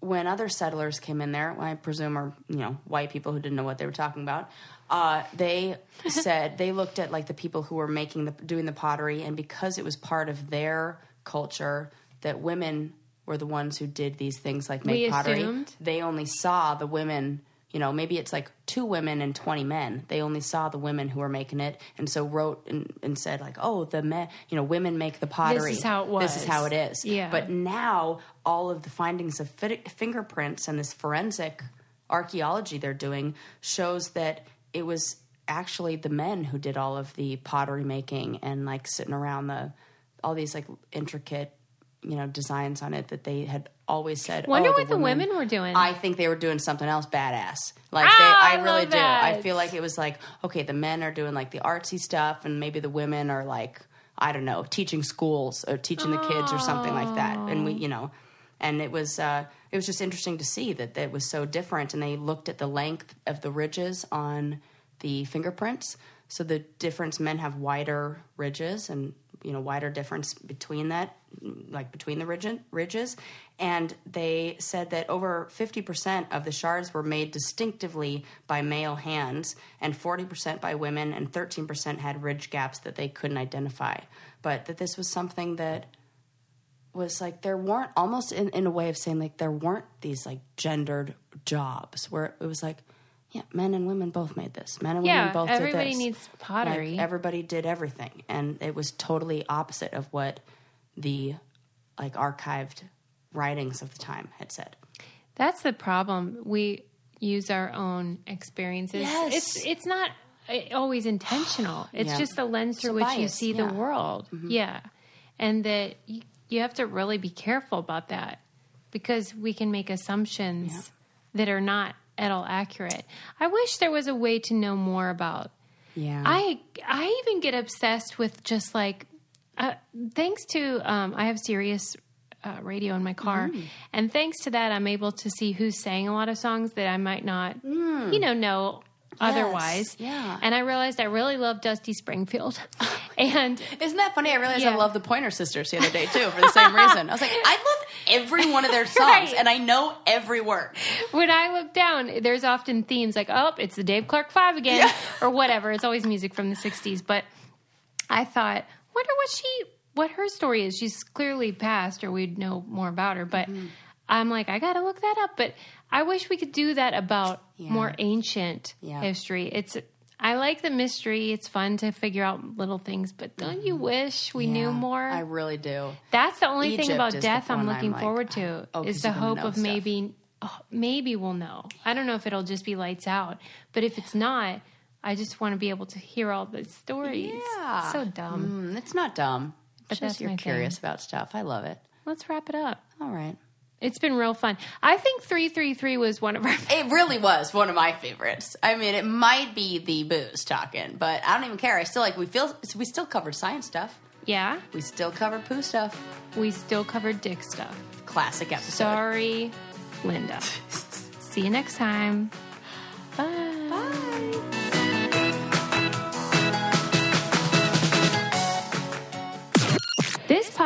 S2: when other settlers came in there, I presume are, you know, white people who didn't know what they were talking about, uh,
S3: <laughs>
S2: they said they looked at like the people who were making the doing the pottery and because it was part of their culture that women were the ones who did these things like make
S3: We
S2: pottery
S3: assumed.
S2: they only saw the women you know maybe it's like two women and 20 men they only saw the women who were making it and so wrote and, and said like oh the men you know women make the pottery
S3: is how it
S2: this
S3: was.
S2: is how it is
S3: Yeah.
S2: but now all of the findings of fi- fingerprints and this forensic archaeology they're doing shows that it was actually the men who did all of the pottery making and like sitting around the all these like intricate you know designs on it that they had always said
S3: Wonder
S2: oh,
S3: what the women were doing.
S2: I think they were doing something else badass. Like
S3: Ah,
S2: they, I,
S3: I
S2: really
S3: love
S2: do. I
S3: that.
S2: feel like it was like okay, the men are doing like the artsy stuff, and maybe the women are like I don't know, teaching schools or teaching the kids or something like that. And we, you know, and it was uh, it was just interesting to see that that it was so different. And they looked at the length of the ridges on the fingerprints. So the difference men have wider ridges and you know wider difference between that like between the ridge- ridges and they said that over 50% of the shards were made distinctively by male hands and 40% by women and 13% had ridge gaps that they couldn't identify but that this was something that was like there weren't almost in, in a way of saying like there weren't these like gendered jobs where it was like yeah men and women both made this men and
S3: yeah,
S2: women both did
S3: everybody
S2: this
S3: needs
S2: like,
S3: pottery.
S2: everybody did everything, and it was totally opposite of what the like archived writings of the time had said.
S3: That's the problem. We use our own experiences.
S2: Yes.
S3: It's it's not uh,
S2: <sighs>
S3: always intentional. It's
S2: Yeah.
S3: just the lens through
S2: a
S3: which you
S2: bias,
S3: see
S2: yeah. Mm-hmm.
S3: the world. Yeah. And that you, you have to really be careful about that because we can make assumptions that are not at all accurate. I wish there was a way to know more about
S2: Yeah,
S3: I I even get obsessed with just like uh, thanks to um, I have Sirius uh, radio in my car,
S2: Mm-hmm.
S3: and thanks to that I'm able to see who's sang a lot of songs that I might not you know know otherwise.
S2: Mm. yeah. Oh,
S3: And I realized I really love
S2: <laughs>
S3: Dusty Springfield. <laughs> and
S2: Isn't that funny? I realized I
S3: Yeah.
S2: love the Pointer Sisters the other day too for the same reason. I was like, I love every one of their songs
S3: <laughs> Right.
S2: and I know every word.
S3: when I look down, there's often themes like, oh, it's the Dave Clark Five again,
S2: Yeah.
S3: <laughs> or whatever. It's always music from the 60s. But I thought, wonder what she, what her story is. She's clearly passed, or we'd know more about her. But
S2: Mm-hmm.
S3: I'm like, I got to look that up. But I wish we could do that about
S2: Yeah.
S3: more ancient
S2: Yeah.
S3: history. It's, I like the mystery. It's fun to figure out little things, but don't you wish we
S2: Mm-hmm.
S3: knew
S2: Yeah,
S3: more?
S2: I really do.
S3: That's the only
S2: Egypt
S3: thing about
S2: is the
S3: death I'm
S2: one I'm
S3: looking
S2: like,
S3: forward to
S2: oh, 'cause
S3: is the
S2: you don't
S3: hope
S2: know
S3: of
S2: stuff.
S3: maybe oh, maybe we'll know. I don't know if it'll just be lights out, but if it's not, I just want to be able to hear all the stories.
S2: Yeah.
S3: So dumb.
S2: Mm, it's not dumb. It's just
S3: that's
S2: you're
S3: my thing.
S2: curious about stuff. I love it.
S3: Let's wrap it up.
S2: All right.
S3: It's been real fun. I think 333 was one of our <laughs>
S2: It really was one of my favorites. I mean, it might be the booze talking, but I don't even care. I still like we feel we still covered science stuff.
S3: Yeah,
S2: We still covered poo stuff.
S3: we still covered dick stuff.
S2: Classic episode.
S3: Sorry, Linda. See you next time. Bye.
S2: Bye.
S3: This